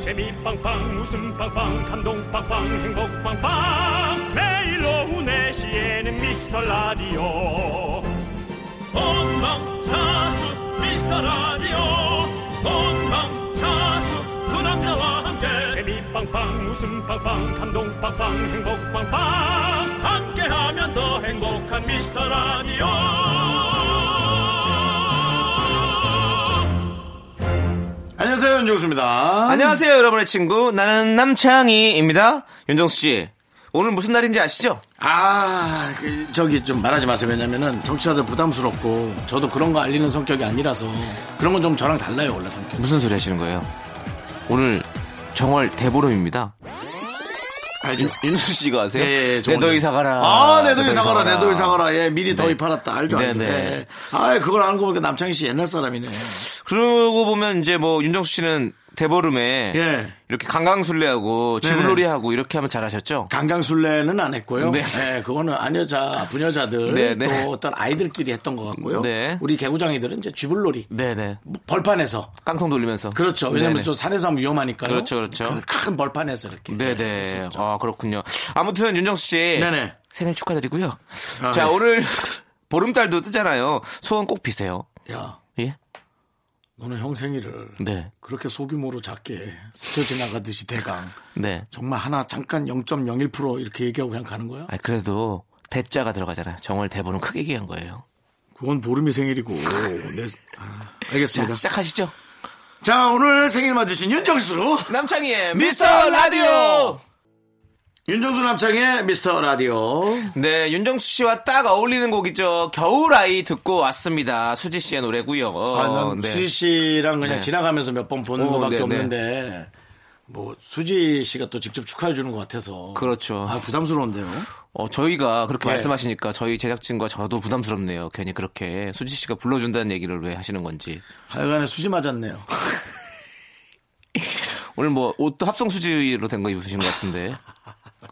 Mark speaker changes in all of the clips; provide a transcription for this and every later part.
Speaker 1: 재미 빵빵 웃음 빵빵 감동 빵빵 행복 빵빵 매일 오후 4시에는 미스터 라디오 본방사수 미스터 라디오 본방사수 두 남자와 함께 재미 빵빵 웃음 빵빵 감동 빵빵 행복 빵빵 함께하면 더 행복한 미스터 라디오
Speaker 2: 안녕하세요, 윤정수입니다.
Speaker 3: 안녕하세요, 여러분의 친구. 나는 남창희입니다. 윤정수 씨. 오늘 무슨 날인지 아시죠?
Speaker 2: 아, 그, 저기 좀 말하지 마세요. 왜냐면은 정치자들 부담스럽고 저도 그런 거 알리는 성격이 아니라서 그런 건 좀 저랑 달라요, 원래 성격.
Speaker 3: 무슨 소리 하시는 거예요? 오늘 정월 대보름입니다.
Speaker 2: 알죠?
Speaker 3: 윤수 씨가 아세요?
Speaker 2: 예, 예,
Speaker 3: 내 더위 사가라.
Speaker 2: 아, 내 더위 사가라, 내 더위 사가라. 예, 미리 더위 팔았다. 알죠?
Speaker 3: 네,
Speaker 2: 알죠?
Speaker 3: 네.
Speaker 2: 예. 아, 그걸 아는 거 보니까 남창희 씨 옛날 사람이네.
Speaker 3: 그러고 보면 이제 뭐 윤정수 씨는 대보름에
Speaker 2: 예.
Speaker 3: 이렇게 강강술래하고 지불놀이하고 이렇게 하면 잘하셨죠?
Speaker 2: 강강술래는 안 했고요.
Speaker 3: 네.
Speaker 2: 예, 그거는 아녀자, 부녀자들
Speaker 3: 네,
Speaker 2: 또
Speaker 3: 네.
Speaker 2: 어떤 아이들끼리 했던 것 같고요.
Speaker 3: 네.
Speaker 2: 우리 개구장이들은 이제 쥐불놀이.
Speaker 3: 네네.
Speaker 2: 벌판에서
Speaker 3: 깡통 돌리면서.
Speaker 2: 그렇죠. 왜냐면
Speaker 3: 네네.
Speaker 2: 좀 산에서 하면 위험하니까요.
Speaker 3: 그렇죠, 그렇죠.
Speaker 2: 그큰 벌판에서 이렇게.
Speaker 3: 네네. 예. 아 그렇군요. 아무튼 윤정수 씨
Speaker 2: 네네.
Speaker 3: 생일 축하드리고요.
Speaker 2: 아,
Speaker 3: 자
Speaker 2: 네.
Speaker 3: 오늘 보름달도 뜨잖아요. 소원 꼭 비세요.
Speaker 2: 야,
Speaker 3: 예?
Speaker 2: 너는 형 생일을
Speaker 3: 네.
Speaker 2: 그렇게 소규모로 작게 스쳐 지나가듯이 대강.
Speaker 3: 네.
Speaker 2: 정말 하나 잠깐 0.01% 이렇게 얘기하고 그냥 가는 거야?
Speaker 3: 아 그래도 대자가 들어가잖아. 정월 대보름 크게 얘기한 거예요.
Speaker 2: 그건 보름이 생일이고. 네. 아,
Speaker 3: 자
Speaker 2: 알겠습니다. 자,
Speaker 3: 시작하시죠.
Speaker 2: 오늘 생일 맞으신 윤정수.
Speaker 3: 남창희의
Speaker 2: 미스터 라디오. 윤정수 남창의 미스터 라디오.
Speaker 3: 네, 윤정수 씨와 딱 어울리는 곡이죠. 겨울아이 듣고 왔습니다. 수지 씨의 노래고요.
Speaker 2: 아, 난
Speaker 3: 네.
Speaker 2: 수지 씨랑 그냥
Speaker 3: 네.
Speaker 2: 지나가면서 몇 번 보는
Speaker 3: 오,
Speaker 2: 것밖에
Speaker 3: 네, 네.
Speaker 2: 없는데 뭐 수지 씨가 또 직접 축하해 주는 것 같아서
Speaker 3: 그렇죠.
Speaker 2: 아 부담스러운데요.
Speaker 3: 어, 저희가 그렇게
Speaker 2: 예.
Speaker 3: 말씀하시니까 저희 제작진과 저도 부담스럽네요. 괜히 그렇게 수지 씨가 불러준다는 얘기를 왜 하시는 건지.
Speaker 2: 하여간에 수지 맞았네요.
Speaker 3: 오늘 뭐 옷도 합성 수지로 된 거 입으신 것 같은데.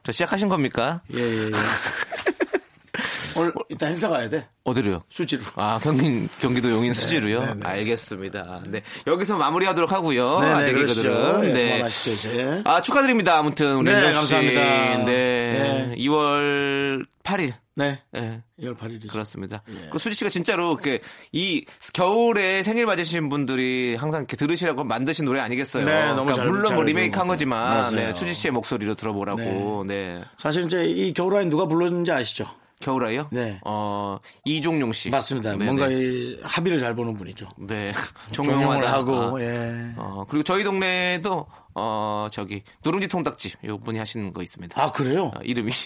Speaker 3: 자, 시작하신 겁니까?
Speaker 2: 예예예. 오늘 이따 행사 가야 돼.
Speaker 3: 어디로요?
Speaker 2: 수지로.
Speaker 3: 아, 경기, 경기도
Speaker 2: 네,
Speaker 3: 용인 수지로요? 알겠습니다. 네. 여기서 마무리하도록 하고요. 아재 네, 개그들은.
Speaker 2: 네.
Speaker 3: 네.
Speaker 2: 그만하시죠 이제.
Speaker 3: 아, 축하드립니다. 아무튼 우리
Speaker 2: 네,
Speaker 3: 윤정수 씨.
Speaker 2: 감사합니다.
Speaker 3: 네.
Speaker 2: 네.
Speaker 3: 2월 8일.
Speaker 2: 네.
Speaker 3: 네.
Speaker 2: 2월 8일이죠.
Speaker 3: 그렇습니다.
Speaker 2: 예.
Speaker 3: 그 수지 씨가 진짜로 이렇게 이 겨울에 생일 맞으신 분들이 항상 이렇게 들으시라고 만드신 노래 아니겠어요?
Speaker 2: 네, 너무 잘-
Speaker 3: 물론 뭐
Speaker 2: 잘
Speaker 3: 리메이크 한 거지만
Speaker 2: 맞아요.
Speaker 3: 네, 수지 씨의 목소리로 들어보라고. 네.
Speaker 2: 사실 이제 이 겨울아이 누가 불렀는지 아시죠?
Speaker 3: 겨울아이요?
Speaker 2: 네.
Speaker 3: 어, 이종용 씨.
Speaker 2: 맞습니다.
Speaker 3: 네,
Speaker 2: 뭔가
Speaker 3: 네.
Speaker 2: 이 합의를 잘 보는 분이죠.
Speaker 3: 네.
Speaker 2: 종용을
Speaker 3: 종용하다.
Speaker 2: 하고
Speaker 3: 아.
Speaker 2: 예.
Speaker 3: 어, 그리고 저희 동네에도 어, 저기 누룽지 통닭집 요 분이 하시는 거 있습니다.
Speaker 2: 아 그래요?
Speaker 3: 어, 이름이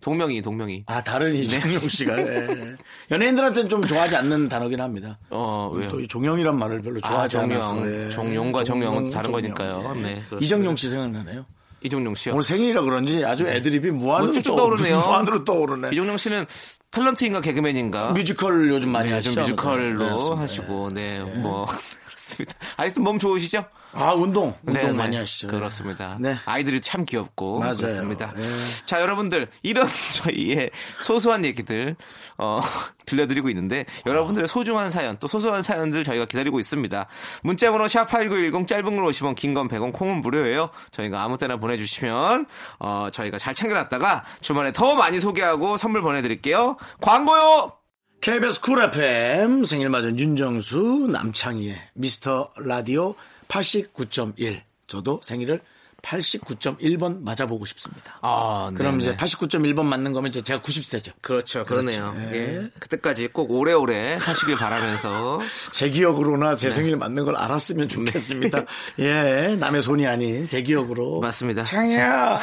Speaker 3: 동명이 동명이.
Speaker 2: 아 다른
Speaker 3: 네.
Speaker 2: 이종용 씨가 예. 연예인들한테는 좀 좋아하지 않는 단어긴 합니다.
Speaker 3: 어, 왜요?
Speaker 2: 또 이 종영이란 말을 별로 좋아하지
Speaker 3: 종영.
Speaker 2: 않아서 예.
Speaker 3: 종영과 정영은 다른 거니까요. 네, 그렇습니다.
Speaker 2: 이정용 씨 생각나네요.
Speaker 3: 이종용 씨요.
Speaker 2: 오늘 생일이라 그런지 아주 애드립이 무한으로
Speaker 3: 뭐 쭉쭉
Speaker 2: 떠오르-
Speaker 3: 떠오르네요.
Speaker 2: 무한으로 떠오르네.
Speaker 3: 이종용 씨는 탤런트인가 개그맨인가?
Speaker 2: 뮤지컬 요즘 많이
Speaker 3: 네, 좀
Speaker 2: 하시죠.
Speaker 3: 뮤지컬로
Speaker 2: 그렇습니다.
Speaker 3: 하시고 네, 뭐 그렇습니다. 아직도 몸 좋으시죠?
Speaker 2: 아 운동 운동
Speaker 3: 네, 네.
Speaker 2: 많이 하시죠.
Speaker 3: 그렇습니다.
Speaker 2: 네.
Speaker 3: 아이들이 참 귀엽고
Speaker 2: 맞아요.
Speaker 3: 그렇습니다.
Speaker 2: 예.
Speaker 3: 자, 여러분들 이런 저희의 소소한 얘기들 어, 들려드리고 있는데 여러분들의 소중한 사연 또 소소한 사연들 저희가 기다리고 있습니다. 문자번호 샵8910 짧은 건 50원, 긴 건 100원, 콩은 무료예요. 저희가 아무 때나 보내주시면 어, 저희가 잘 챙겨놨다가 주말에 더 많이 소개하고 선물 보내드릴게요. 광고요.
Speaker 2: KBS 쿨 FM 생일 맞은 윤정수 남창희의 미스터 라디오 89.1 저도 생일을 89.1번 맞아보고 싶습니다.
Speaker 3: 아,
Speaker 2: 그럼
Speaker 3: 네네.
Speaker 2: 이제 89.1번 맞는 거면 이제 제가 90세죠.
Speaker 3: 그렇죠, 그러네요.
Speaker 2: 그렇죠.
Speaker 3: 예. 그때까지 꼭 오래오래 사시길 바라면서
Speaker 2: 제 기억으로나 제 생일 맞는 걸 알았으면 좋겠습니다. 예, 남의 손이 아닌 제 기억으로.
Speaker 3: 네. 맞습니다.
Speaker 2: 창희야,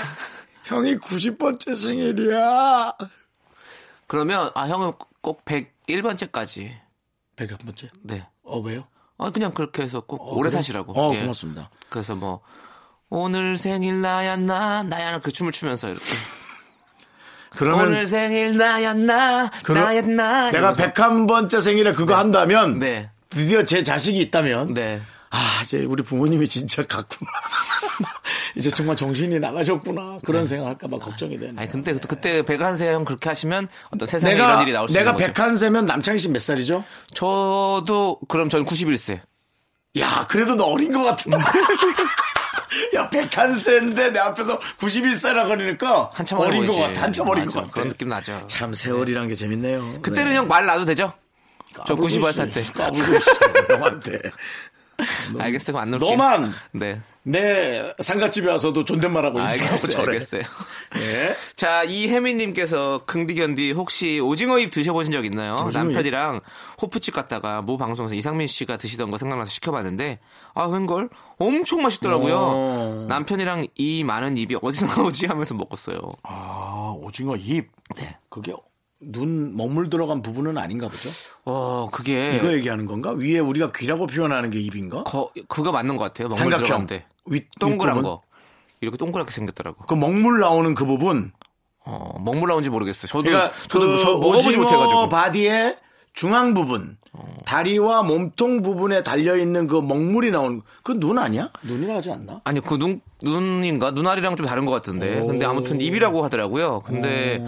Speaker 2: 형이 90번째 생일이야.
Speaker 3: 그러면 아 형은 꼭 101번째까지
Speaker 2: 101번째?
Speaker 3: 네.
Speaker 2: 어, 왜요?
Speaker 3: 아 그냥 그렇게 해서 꼭 오래 사시라고.
Speaker 2: 어,
Speaker 3: 예.
Speaker 2: 고맙습니다.
Speaker 3: 그래서 뭐 오늘 생일 나였나 나야 그 춤을 추면서 이렇게
Speaker 2: 그러면
Speaker 3: 오늘 생일 나였나
Speaker 2: 그러-
Speaker 3: 나였나
Speaker 2: 내가
Speaker 3: 이러면서.
Speaker 2: 101번째 생일에 그거 한다면
Speaker 3: 네.
Speaker 2: 드디어 제 자식이 있다면
Speaker 3: 네.
Speaker 2: 아, 이제 우리 부모님이 진짜 갔구나. 이제 정말 정신이 나가셨구나. 그런 생각할까봐 걱정이 되네.
Speaker 3: 네. 아니 근데 그- 그때 백한세 형 그렇게 하시면 어떤 세상에
Speaker 2: 내가
Speaker 3: 이런 일이 나올 수
Speaker 2: 내가
Speaker 3: 있는 거죠.
Speaker 2: 백한세면 남창희 씨 몇 살이죠?
Speaker 3: 저도 그럼 전 91세.
Speaker 2: 야, 그래도 너 어린 것 같은데. 야, 백한세인데 내 앞에서 91세라 그러니까
Speaker 3: 한참 어려
Speaker 2: 어린 것
Speaker 3: 보이지.
Speaker 2: 같아. 한참 어린
Speaker 3: 맞아.
Speaker 2: 것 같아.
Speaker 3: 그런 느낌 나죠.
Speaker 2: 참 세월이란 게 재밌네요.
Speaker 3: 그때는
Speaker 2: 네.
Speaker 3: 형 말 놔도 되죠? 저
Speaker 2: 까불고
Speaker 3: 91
Speaker 2: 있어요.
Speaker 3: 때.
Speaker 2: 까불고 있어. 형한테.
Speaker 3: 알겠어요. 그럼 안 놀게.
Speaker 2: 너만
Speaker 3: 네.
Speaker 2: 내 상갓집에 와서도 존댓말하고 있어.
Speaker 3: 아, 알겠어요.
Speaker 2: 저래.
Speaker 3: 알겠어요.
Speaker 2: 예.
Speaker 3: 자, 이혜민님께서 긍디견디 혹시 오징어잎 드셔보신 적 있나요? 남편이랑 호프집 갔다가 모 방송에서 이상민 씨가 드시던 거 생각나서 시켜봤는데 아 웬걸 엄청 맛있더라고요.
Speaker 2: 어.
Speaker 3: 남편이랑 이 많은 입이 어디서 나오지 하면서 먹었어요.
Speaker 2: 아, 오징어 입.
Speaker 3: 네.
Speaker 2: 그게 눈 머물 들어간 부분은 아닌가 보죠?
Speaker 3: 어 그게
Speaker 2: 이거 얘기하는 건가? 위에 우리가 귀라고 표현하는 게 입인가?
Speaker 3: 거, 그거 맞는 것 같아요. 먹물
Speaker 2: 삼각형.
Speaker 3: 들어간데
Speaker 2: 윗-
Speaker 3: 동그란
Speaker 2: 윗부분?
Speaker 3: 거 이렇게 동그랗게 생겼더라고.
Speaker 2: 그 먹물 나오는 그 부분.
Speaker 3: 어 먹물 나온지 모르겠어요. 저도
Speaker 2: 그러니까
Speaker 3: 저도
Speaker 2: 그
Speaker 3: 저 먹어보지
Speaker 2: 오징어
Speaker 3: 못해가지고. 어.
Speaker 2: 바디의 중앙 부분. 다리와 몸통 부분에 달려있는 그 먹물이 나오는 그 눈 아니야? 눈이라 하지 않나?
Speaker 3: 아니 그 눈 눈인가 눈알이랑 좀 다른 것 같은데 근데 아무튼 입이라고 하더라고요. 근데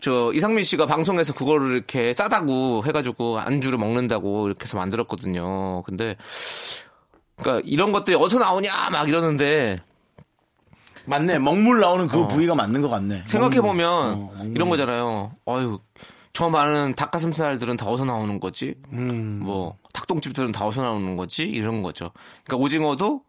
Speaker 3: 저 이상민 씨가 방송에서 그거를 이렇게 싸다고 해가지고 안주로 먹는다고 이렇게 해서 만들었거든요. 근데 그러니까 이런 것들이 어디서 나오냐 막 이러는데
Speaker 2: 맞네. 먹물 나오는 그 부위가 맞는 것 같네.
Speaker 3: 어. 생각해
Speaker 2: 먹물.
Speaker 3: 보면
Speaker 2: 어, 먹물.
Speaker 3: 이런 거잖아요. 아유 저 많은 닭가슴살들은 다 어디서 나오는 거지?
Speaker 2: 음.
Speaker 3: 뭐 닭똥집들은 다 어디서 나오는 거지? 이런 거죠. 그러니까 오징어도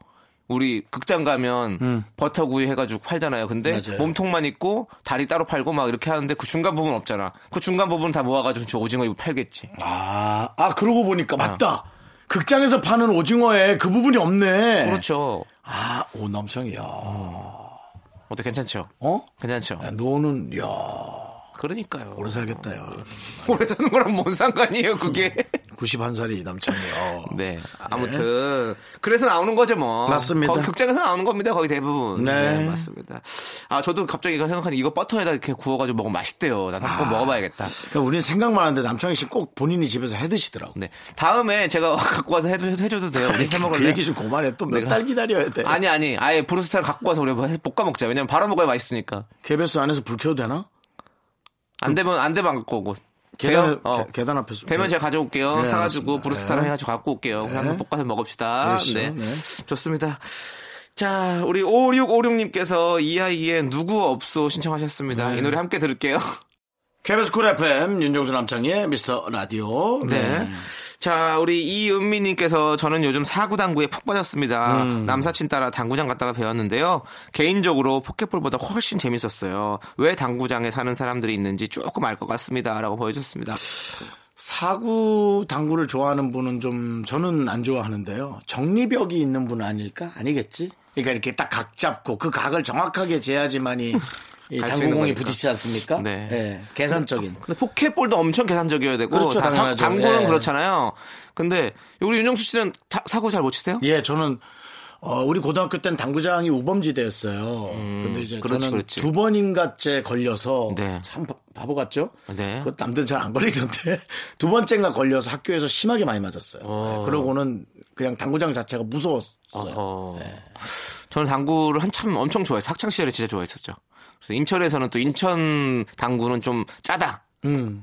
Speaker 3: 우리 극장 가면 버터구이 해가지고 팔잖아요. 근데
Speaker 2: 음. 맞아요.
Speaker 3: 몸통만 있고 다리 따로 팔고 막 이렇게 하는데 그 중간 부분 없잖아. 그 중간 부분 다 모아가지고 저 오징어 이거 팔겠지.
Speaker 2: 아, 아, 그러고 보니까 맞다. 극장에서 파는 오징어에 그 부분이 없네.
Speaker 3: 그렇죠.
Speaker 2: 아, 오, 남성이야.
Speaker 3: 어때 괜찮죠?
Speaker 2: 어?
Speaker 3: 괜찮죠?
Speaker 2: 야, 너는, 야
Speaker 3: 그러니까요.
Speaker 2: 오래 살겠다, 야.
Speaker 3: 오래 사는 거랑 뭔 상관이에요 그게?
Speaker 2: 음. 91살이 이 남창이야.
Speaker 3: 네. 아무튼 그래서 나오는 거죠 뭐.
Speaker 2: 맞습니다.
Speaker 3: 거기 극장에서 나오는 겁니다. 거의 대부분.
Speaker 2: 네.
Speaker 3: 네. 맞습니다. 아 저도 갑자기 이거 생각하니 이거 버터에다 이렇게 구워가지고 먹으면 맛있대요. 나도 꼭 먹어봐야겠다.
Speaker 2: 그러니까 우리는 생각만 하는데 남창희 씨 꼭 본인이 집에서 해 드시더라고.
Speaker 3: 네. 다음에 제가 갖고 와서 해도, 해줘도 돼요. 우리 해
Speaker 2: 그
Speaker 3: 먹을래?
Speaker 2: 얘기 좀 그만해. 또 몇
Speaker 3: 내가-
Speaker 2: 달 기다려야 돼.
Speaker 3: 아니 아니. 아예 브루스타를 갖고 와서 우리 뭐 해- 볶아 먹자. 왜냐면 바로 먹어야 맛있으니까.
Speaker 2: KBS 안에서 불 켜도 되나? 그
Speaker 3: 안 되면 안 되면 안 갖고 오고.
Speaker 2: 계단,
Speaker 3: 돼요? 어.
Speaker 2: 계- 계단 앞에서.
Speaker 3: 되면 제가 가져올게요.
Speaker 2: 네,
Speaker 3: 사가지고
Speaker 2: 알겠습니다.
Speaker 3: 브루스타랑
Speaker 2: 네.
Speaker 3: 해가지고 갖고 올게요.
Speaker 2: 네.
Speaker 3: 그냥 한번 볶아서 먹읍시다.
Speaker 2: 그렇죠.
Speaker 3: 네.
Speaker 2: 네.
Speaker 3: 좋습니다. 자, 우리 5656님께서 이아이의 누구
Speaker 2: 네.
Speaker 3: 없소 신청하셨습니다. 이 노래 함께 들을게요.
Speaker 2: KBS 네. 쿨 FM 윤종수 남창희의 미스터 라디오.
Speaker 3: 네. 자, 우리 이은미님께서 저는 요즘 사구당구에 푹 빠졌습니다.
Speaker 2: 음.
Speaker 3: 남사친 따라 당구장 갔다가 배웠는데요. 개인적으로 포켓볼보다 훨씬 재밌었어요. 왜 당구장에 사는 사람들이 있는지 조금 알 것 같습니다. 라고 보여주셨습니다.
Speaker 2: 사구 당구를 좋아하는 분은 좀 저는 안 좋아하는데요. 정리벽이 있는 분은 아닐까? 아니겠지? 그러니까 이렇게 딱 각 잡고 그 각을 정확하게 재야지만이 이
Speaker 3: 갈수 있는
Speaker 2: 당구공이
Speaker 3: 거니까.
Speaker 2: 부딪히지 않습니까?
Speaker 3: 네.
Speaker 2: 예, 계산적인.
Speaker 3: 근데 포켓볼도 엄청 계산적이어야 되고
Speaker 2: 그렇죠,
Speaker 3: 다-
Speaker 2: 당연하죠.
Speaker 3: 당구는
Speaker 2: 예. 그렇잖아요.
Speaker 3: 그렇잖아요. 근데 우리 윤정수 씨는 다- 사고 잘 못 치세요?
Speaker 2: 예, 저는 어, 우리 고등학교 땐 당구장이 우범지대였어요. 근데 이제
Speaker 3: 음, 그렇지,
Speaker 2: 저는
Speaker 3: 그렇지.
Speaker 2: 두 번인가째 걸려서
Speaker 3: 네.
Speaker 2: 참 바- 바보 같죠?
Speaker 3: 네.
Speaker 2: 그 남들은 잘 안 걸리던데 두 번째인가 걸려서 학교에서 심하게 많이 맞았어요.
Speaker 3: 어.
Speaker 2: 예, 그러고는 그냥 당구장 자체가 무서웠어요.
Speaker 3: 어허. 예. 저는 당구를 한참 엄청 좋아했어요. 학창 시절에 진짜 좋아했었죠. 그래서 인천에서는 또 인천 당구는 좀 짜다.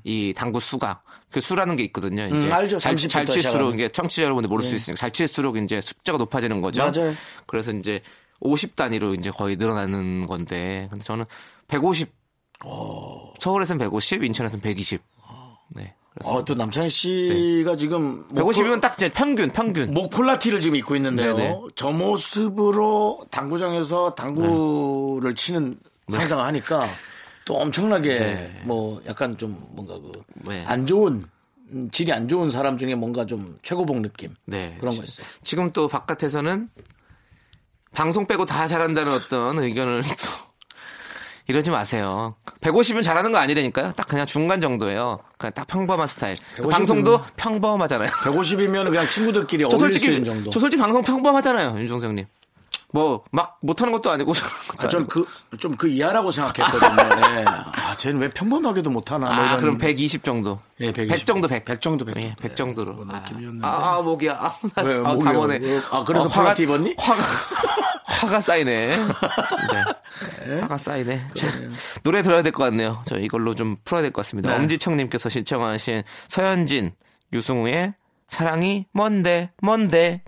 Speaker 3: 이 당구 수가 그 수라는 게 있거든요. 이제
Speaker 2: 음, 알죠.
Speaker 3: 잘, 치- 잘
Speaker 2: 30부터
Speaker 3: 칠수록
Speaker 2: 시작하는. 예.
Speaker 3: 이게 청취자 여러분들 모를 수 있으니까 잘 칠수록 이제 숫자가 높아지는 거죠.
Speaker 2: 맞아요.
Speaker 3: 그래서 이제 50 단위로 이제 거의 늘어나는 건데, 근데 저는 150 서울에선 150, 인천에선 120. 네. 그래서
Speaker 2: 어. 어, 또 남창희 씨가
Speaker 3: 네.
Speaker 2: 지금 뭐 목-
Speaker 3: 150이면 딱 이제 평균, 평균.
Speaker 2: 목 폴라티를 지금 입고 있는데요.
Speaker 3: 네네.
Speaker 2: 저 모습으로 당구장에서 당구를
Speaker 3: 네.
Speaker 2: 치는 상상을 하니까 또 엄청나게 뭐 약간 좀 뭔가 그
Speaker 3: 네.
Speaker 2: 안 좋은 음, 질이 안 좋은 사람 중에 뭔가 좀 최고봉 느낌
Speaker 3: 네.
Speaker 2: 그런 거
Speaker 3: 지-
Speaker 2: 있어요.
Speaker 3: 지금 또 바깥에서는 방송 빼고 다 잘한다는 어떤 의견을 또 이러지 마세요. 150은 잘하는 거 아니라니까요. 딱 그냥 중간 정도예요. 그냥 딱 평범한 스타일. 그
Speaker 2: 150 은-
Speaker 3: 방송도 평범하잖아요.
Speaker 2: 150이면 그냥 친구들끼리
Speaker 3: 저
Speaker 2: 어울릴 수
Speaker 3: 솔직히
Speaker 2: 있는 정도.
Speaker 3: 저 솔직히 방송 평범하잖아요, 윤종생님. 뭐 막 못하는 것도 아니고. 잘하는 것도
Speaker 2: 아, 전
Speaker 3: 아니고.
Speaker 2: 그 좀 그 이하라고 생각했거든요. 네. 아, 쟤는 왜 평범하게도 못하나? 뭐
Speaker 3: 아,
Speaker 2: 이런.
Speaker 3: 그럼 120 정도.
Speaker 2: 예, 120.
Speaker 3: 100 정도 100.
Speaker 2: 100 정도, 100
Speaker 3: 예, 100 정도로.
Speaker 2: 그런
Speaker 3: 아,
Speaker 2: 느낌이었는데.
Speaker 3: 아, 아, 목이야. 아, 나-
Speaker 2: 왜,
Speaker 3: 아,
Speaker 2: 목이야.
Speaker 3: 담원에.
Speaker 2: 왜? 아, 그래서
Speaker 3: 화가-
Speaker 2: 폴라티 입었니?
Speaker 3: 화가 화가 쌓이네. 네. 화가 쌓이네. 자, 노래 들어야 될 것 같네요. 저 이걸로 좀 풀어야 될 것 같습니다.
Speaker 2: 네.
Speaker 3: 엄지청님께서 신청하신 서현진, 유승우의 사랑이 뭔데 뭔데.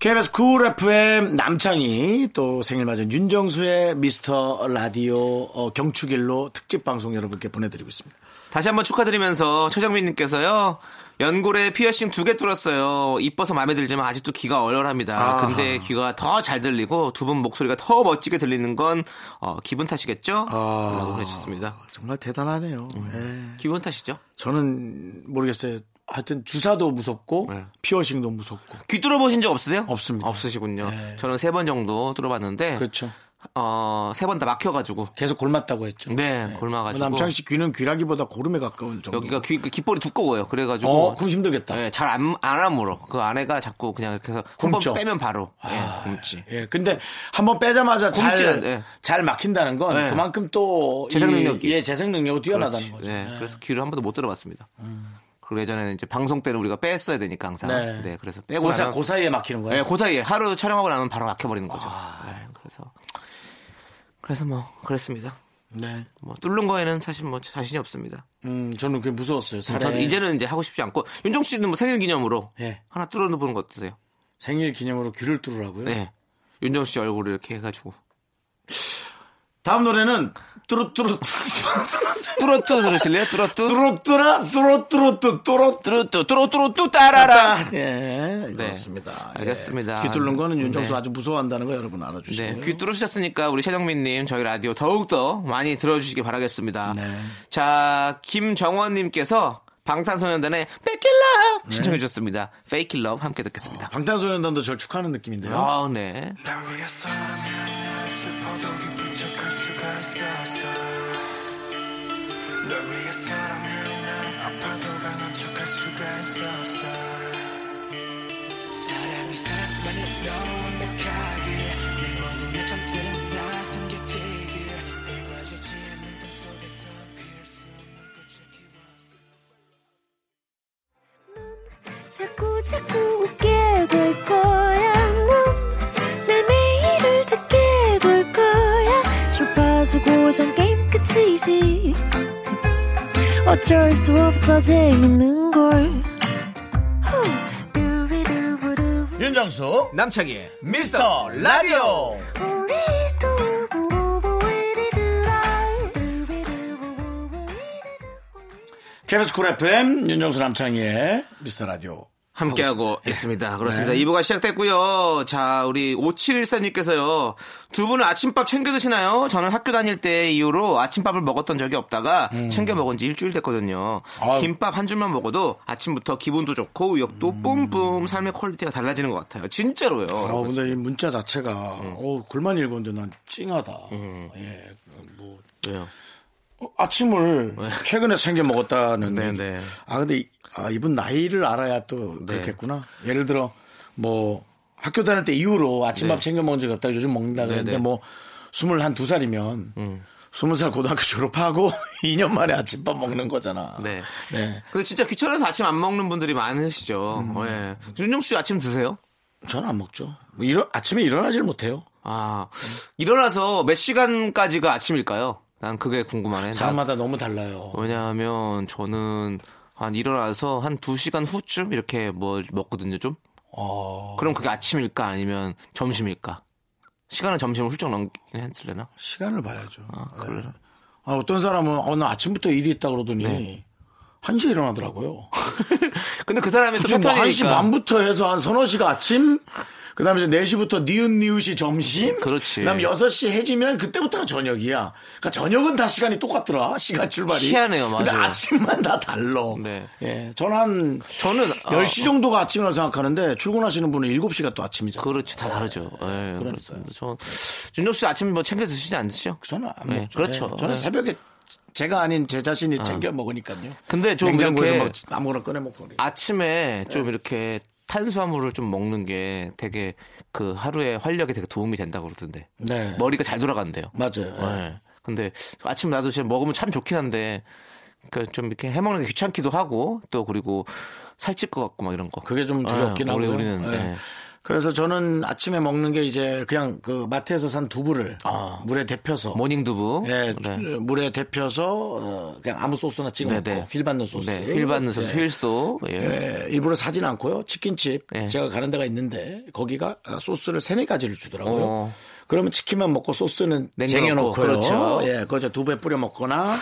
Speaker 2: KBS 쿨 FM 남창희 또 생일 맞은 윤정수의 미스터 라디오 어, 경축일로 특집 방송 여러분께 보내드리고 있습니다.
Speaker 3: 다시 한번 축하드리면서 최정민님께서요. 연골에 피어싱 두 개 뚫었어요. 이뻐서 마음에 들지만 아직도 귀가 얼얼합니다. 근데 귀가 더 잘 들리고 두 분 목소리가 더 멋지게 들리는 건 어, 기분 탓이겠죠?
Speaker 2: 아.
Speaker 3: 라고 보내주셨습니다.
Speaker 2: 정말 대단하네요. 예.
Speaker 3: 기분 탓이죠?
Speaker 2: 저는 모르겠어요. 하여튼 주사도 무섭고
Speaker 3: 네.
Speaker 2: 피어싱도 무섭고
Speaker 3: 귀 뚫어보신 적 없으세요?
Speaker 2: 없습니다.
Speaker 3: 없으시군요.
Speaker 2: 네.
Speaker 3: 저는 세 번 정도 뚫어봤는데
Speaker 2: 그렇죠.
Speaker 3: 어, 세 번 다 막혀가지고
Speaker 2: 계속 골맞다고 했죠.
Speaker 3: 네, 골마가지고
Speaker 2: 남창희 씨 귀는 귀라기보다 고름에 가까운 정도.
Speaker 3: 여기가 귀, 그 귓볼이 두꺼워요. 그래가지고 네.
Speaker 2: 어, 그럼 힘들겠다.
Speaker 3: 잘안 안 아물어. 그 안에가 자꾸 그냥 이렇게 해서 한번
Speaker 2: 굶죠.
Speaker 3: 빼면 바로
Speaker 2: 아,
Speaker 3: 예, 굶지.
Speaker 2: 예, 근데 한번 빼자마자 잘,
Speaker 3: 굶지는, 예.
Speaker 2: 잘 막힌다는 건
Speaker 3: 예.
Speaker 2: 그만큼 또
Speaker 3: 재생
Speaker 2: 이-
Speaker 3: 능력이.
Speaker 2: 예, 재생 능력이 뛰어나다는
Speaker 3: 그렇지.
Speaker 2: 거죠.
Speaker 3: 네,
Speaker 2: 예.
Speaker 3: 그래서 귀를 한 번도 못 들어봤습니다. 그리고 예전에는 이제 방송 때는 우리가 뺐어야 되니까 항상.
Speaker 2: 네.
Speaker 3: 네, 그래서 빼고
Speaker 2: 고사,
Speaker 3: 나면
Speaker 2: 그 사이에 막히는 거예요.
Speaker 3: 네, 그 사이에 하루 촬영하고 나면 바로 막혀버리는 거죠.
Speaker 2: 아.
Speaker 3: 네, 그래서 그래서 뭐 그랬습니다.
Speaker 2: 네.
Speaker 3: 뭐 뚫는 거에는 사실 뭐 자신이 없습니다.
Speaker 2: 음, 저는 그게 무서웠어요.
Speaker 3: 저는
Speaker 2: 사례.
Speaker 3: 이제는 이제 하고 싶지 않고 윤종 씨는 뭐 생일 기념으로
Speaker 2: 예.
Speaker 3: 하나 뚫어 보는 거 어떠세요?
Speaker 2: 생일 기념으로 귀를 뚫으라고요.
Speaker 3: 네. 윤정 씨 얼굴을 이렇게 해가지고
Speaker 2: 다음 노래는 뚜루뚜루
Speaker 3: 뚜러뚜 들으실래요? 뚜러뚜
Speaker 2: 뚜루뚜라 뚜루뚜루뚜 뚜루
Speaker 3: 뚜루뚜 뚜루뚜루
Speaker 2: 아,
Speaker 3: 따라라
Speaker 2: 예, 그렇습니다. 예.
Speaker 3: 네. 알겠습니다.
Speaker 2: 귀 뚫는 거는 윤정수
Speaker 3: 네.
Speaker 2: 아주 무서워한다는 거 여러분 알아주시고요.
Speaker 3: 네, 귀 뚫으셨으니까 우리 최정민님 저희 라디오 더욱더 많이 들어주시기 바라겠습니다.
Speaker 2: 네.
Speaker 3: 자, 김정원님께서 방탄소년단의 백킬러 신청해 주셨습니다. 페이킬러 함께 듣겠습니다.
Speaker 2: 아, 방탄소년단도 절 축하하는 느낌인데요.
Speaker 3: 아, 네.
Speaker 4: 날 위해서라면 날 슬퍼도 기쁜 척할 수가 있었어 널 위해서라면 난 아파도 강한 척할 수가 있었어 사랑이 사랑만이 너무 완벽하게 내 모든 내 점들은 다 숨겨지게 이루어지지 않는 꿈속에서 피울 수 없는 꽃을 키웠어
Speaker 5: 자꾸 자꾸 웃게 될 거야. 넌내 매일을 듣게 될 거야. 주파수 고정 게임 끝이지. 어쩔 수 없어 재밌는 걸. 후. 두비두부두.
Speaker 6: 윤정수 남창희의 미스터 라디오
Speaker 5: 우리 두부부부 우리들아. 두비두부부부 우리들아.
Speaker 2: KBS 쿨 FM 윤정수 남창희의 미스터 라디오
Speaker 3: 함께하고 있습니다. 네. 그렇습니다. 2부가 시작됐고요. 자, 우리 5714님께서요. 두 분은 아침밥 챙겨 드시나요? 저는 학교 다닐 때 이후로 아침밥을 먹었던 적이 없다가 챙겨 먹은 지 일주일 됐거든요.
Speaker 2: 아유.
Speaker 3: 김밥 한 줄만 먹어도 아침부터 기분도 좋고 의욕도 뿜뿜 삶의 퀄리티가 달라지는 것 음. 같아요. 음. 진짜로요.
Speaker 2: 아, 근데 이 문자 자체가 어 골만 읽었는데 난 찡하다.
Speaker 3: 음.
Speaker 2: 예, 뭐
Speaker 3: 왜요?
Speaker 2: 어, 아침을 최근에 챙겨 먹었다는.
Speaker 3: 네, 네.
Speaker 2: 아 근데 이- 아, 이분 나이를 알아야 또
Speaker 3: 네.
Speaker 2: 그렇겠구나. 예를 들어 뭐 학교 다닐 때 이후로 아침밥
Speaker 3: 네.
Speaker 2: 챙겨 먹은 적이 없다. 요즘 먹는다 그랬는데
Speaker 3: 네, 음. 네.
Speaker 2: 뭐 스물 한 두 살이면. 스무 살 고등학교 졸업하고 2년 만에 아침밥 먹는 거잖아.
Speaker 3: 네.
Speaker 2: 네.
Speaker 3: 근데 진짜 귀찮아서 아침 안 먹는 분들이 많으시죠. 예. 윤종 씨 아침 드세요?
Speaker 2: 저는 안 먹죠. 뭐 일어, 아침에 일어나질 못해요.
Speaker 3: 아, 일어나서 몇 시간까지가 아침일까요? 난 그게 궁금하네. 나-
Speaker 2: 사람마다 너무 달라요.
Speaker 3: 왜냐하면 저는 한 일어나서 한 2시간 후쯤 이렇게 뭐 먹거든요, 좀.
Speaker 2: 어,
Speaker 3: 그럼 그게 아침일까 아니면 점심일까? 시간은 점심을 훌쩍 넘기긴 했을래나?
Speaker 2: 시간을 봐야죠.
Speaker 3: 아, 그래요?
Speaker 2: 아, 어떤 사람은 어, 나 아침부터 일이 있다 그러더니
Speaker 3: 네.
Speaker 2: 한 1시에 일어나더라고요.
Speaker 3: 근데 그 사람이 또
Speaker 2: 뭐
Speaker 3: 패턴이니까.
Speaker 2: 1시 반부터 해서 한 서너 시가 아침, 그 다음에 이제 4시부터 니은니읒이 점심,
Speaker 3: 그렇지.
Speaker 2: 그 다음에 6시 해지면 그때부터가 저녁이야. 그러니까 저녁은 다 시간이 똑같더라. 시간 출발이.
Speaker 3: 희한해요,
Speaker 2: 근데
Speaker 3: 맞아요.
Speaker 2: 아침만 다 달라.
Speaker 3: 네.
Speaker 2: 예. 전한
Speaker 3: 저는 아, 어.
Speaker 2: 10시 정도가 아침이라고 생각하는데 출근하시는 분은 7시가 또 아침이죠.
Speaker 3: 그렇죠. 다 다르죠. 예, 그렇습니다. 저 준혁 씨 아침 뭐 챙겨 드시지 않으시죠?
Speaker 2: 저는 안
Speaker 3: 네,
Speaker 2: 먹죠.
Speaker 3: 그렇죠.
Speaker 2: 네, 저는
Speaker 3: 네.
Speaker 2: 새벽에 제가 아닌 제 자신이 챙겨 먹으니까요.
Speaker 3: 근데 좀
Speaker 2: 냉장고에서
Speaker 3: 이렇게-
Speaker 2: 막 아무거나 꺼내 먹고 그래요.
Speaker 3: 아침에 좀 이렇게 탄수화물을 좀 먹는 게 되게 그 하루의 활력에 되게 도움이 된다고 그러던데.
Speaker 2: 네.
Speaker 3: 머리가 잘 돌아간대요.
Speaker 2: 맞아요.
Speaker 3: 예. 근데 아침 나도 진짜 먹으면 참 좋긴 한데 그좀 이렇게 해먹는 게 귀찮기도 하고 또 그리고 살찔 것 같고 막 이런 거.
Speaker 2: 그게 좀 두렵긴
Speaker 3: 예,
Speaker 2: 하고요.
Speaker 3: 우리- 우리는
Speaker 2: 예.
Speaker 3: 예.
Speaker 2: 그래서 저는 아침에 먹는 게 이제 그냥 그 마트에서 산 두부를
Speaker 3: 아.
Speaker 2: 물에 데펴서
Speaker 3: 모닝 두부.
Speaker 2: 예,
Speaker 3: 네.
Speaker 2: 물에 데펴서 어, 그냥 아무 소스나 찍어
Speaker 3: 네,
Speaker 2: 먹고
Speaker 3: 네.
Speaker 2: 휠 받는 소스.
Speaker 3: 네, 휠 받는 소스,
Speaker 2: 예.
Speaker 3: 휠소. 예.
Speaker 2: 예, 일부러 사진 않고요. 치킨집
Speaker 3: 예.
Speaker 2: 제가 가는 데가 있는데 거기가 소스를 세네 가지를 주더라고요.
Speaker 3: 어.
Speaker 2: 그러면 치킨만 먹고 소스는
Speaker 3: 냉겨놓고,
Speaker 2: 쟁여놓고요.
Speaker 3: 그렇죠.
Speaker 2: 예, 그거 이제 두부에 뿌려 먹거나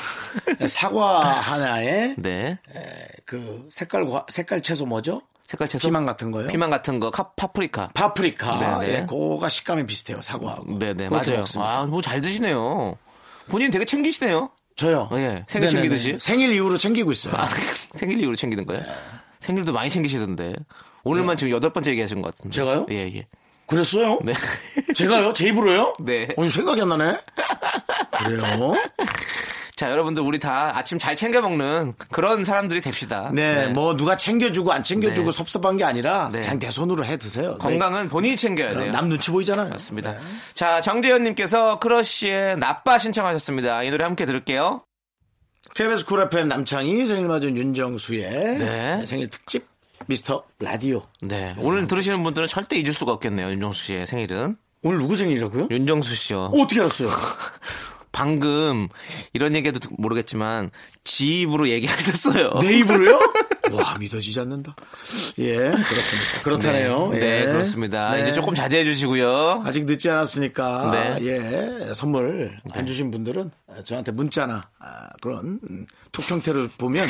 Speaker 2: 사과 하나에
Speaker 3: 네.
Speaker 2: 예, 그 색깔 과- 색깔 채소 뭐죠?
Speaker 3: 색깔 채소.
Speaker 2: 피망 같은 거요.
Speaker 3: 피망 같은 거, 카, 파프리카.
Speaker 2: 파프리카.
Speaker 3: 네, 네.
Speaker 2: 예, 그거가 식감이 비슷해요. 사과하고.
Speaker 3: 네네,
Speaker 2: 그렇게
Speaker 3: 맞아요.
Speaker 2: 먹습니다.
Speaker 3: 아, 뭐 잘 드시네요. 본인 되게 챙기시네요.
Speaker 2: 저요.
Speaker 3: 어, 예. 생일
Speaker 2: 네네네.
Speaker 3: 챙기듯이.
Speaker 2: 생일 이후로 챙기고 있어요.
Speaker 3: 아,
Speaker 2: 네.
Speaker 3: 생일 이후로 챙기는 거예요? 생일도 많이 챙기시던데. 오늘만 지금 여덟 번째 얘기하신 것 같은데.
Speaker 2: 네. 제가요?
Speaker 3: 예, 예.
Speaker 2: 그랬어요?
Speaker 3: 네.
Speaker 2: 제가요? 제 입으로요?
Speaker 3: 네.
Speaker 2: 오늘 생각이 안 나네. 그래요?
Speaker 3: 자, 여러분들 우리 다 아침 잘 챙겨 먹는 그런 사람들이 됩시다.
Speaker 2: 네, 뭐 누가 챙겨주고 안 챙겨주고
Speaker 3: 네.
Speaker 2: 섭섭한 게 아니라
Speaker 3: 네.
Speaker 2: 그냥 내 손으로 해 드세요.
Speaker 3: 건강은 본인이 챙겨야
Speaker 2: 네.
Speaker 3: 돼요.
Speaker 2: 남 눈치 보이잖아요.
Speaker 3: 맞습니다.
Speaker 2: 네.
Speaker 3: 자, 정재현님께서 크러쉬의 나빠 신청하셨습니다. 이 노래 함께 들을게요.
Speaker 2: KBS 쿨 FM 남창희 생일 맞은 윤정수의
Speaker 3: 네.
Speaker 2: 생일 특집 미스터 라디오.
Speaker 3: 네. 오늘 들으시는 분들은 절대 잊을 수가 없겠네요. 윤정수 씨의 생일은.
Speaker 2: 오늘 누구 생일이라고요?
Speaker 3: 윤정수 씨요.
Speaker 2: 어, 어떻게 알았어요?
Speaker 3: 방금 이런 얘기해도 모르겠지만 지 입으로 얘기하셨어요.
Speaker 2: 내 입으로요? 와 믿어지지 않는다. 예, 그렇습니다. 그렇다네요.
Speaker 3: 네,
Speaker 2: 예.
Speaker 3: 그렇습니다.
Speaker 2: 네.
Speaker 3: 이제 조금 자제해 주시고요.
Speaker 2: 아직 늦지 않았으니까
Speaker 3: 네.
Speaker 2: 예 선물 안 주신 분들은 저한테 문자나 아, 그런 음, 톡 형태를 보면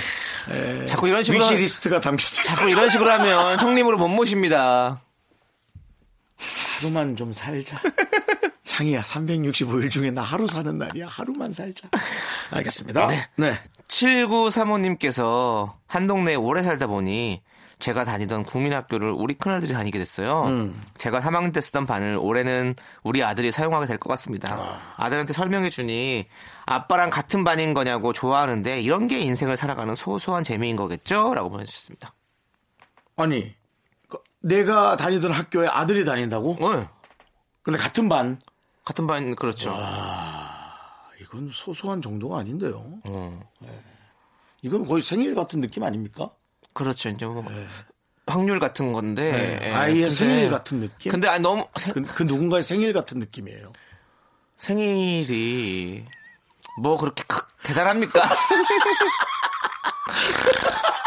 Speaker 2: 예,
Speaker 3: 자꾸 그 이런 식으로
Speaker 2: 위시 리스트가 담겨져 있어요.
Speaker 3: 자꾸 이런 식으로 하면 형님으로 못 모십니다.
Speaker 2: 하루만 좀 살자. 창이야 365일 중에 나 하루 사는 날이야. 하루만 살자. 알겠습니다.
Speaker 3: 네.
Speaker 2: 네.
Speaker 3: 7935님께서 한 동네에 오래 살다 보니 제가 다니던 국민학교를 우리 큰아들이 다니게 됐어요.
Speaker 2: 음.
Speaker 3: 제가 3학년 때 쓰던 반을 올해는 우리 아들이 사용하게 될 것 같습니다. 아들한테 설명해 주니 아빠랑 같은 반인 거냐고 좋아하는데 이런 게 인생을 살아가는 소소한 재미인 거겠죠? 라고 보내주셨습니다.
Speaker 2: 아니 그, 내가 다니던 학교에 아들이 다닌다고?
Speaker 3: 응.
Speaker 2: 근데 같은 반.
Speaker 3: 같은 반, 그렇죠.
Speaker 2: 아, 이건 소소한 정도가 아닌데요.
Speaker 3: 어.
Speaker 2: 예. 이건 거의 생일 같은 느낌 아닙니까?
Speaker 3: 그렇죠. 이제 뭐 확률 같은 건데. 예,
Speaker 2: 예. 아이의
Speaker 3: 근데-
Speaker 2: 생일 같은 느낌?
Speaker 3: 근데 아니, 너무 생,
Speaker 2: 그, 그 누군가의 생일 같은 느낌이에요.
Speaker 3: 생일이 뭐 그렇게 크- 대단합니까?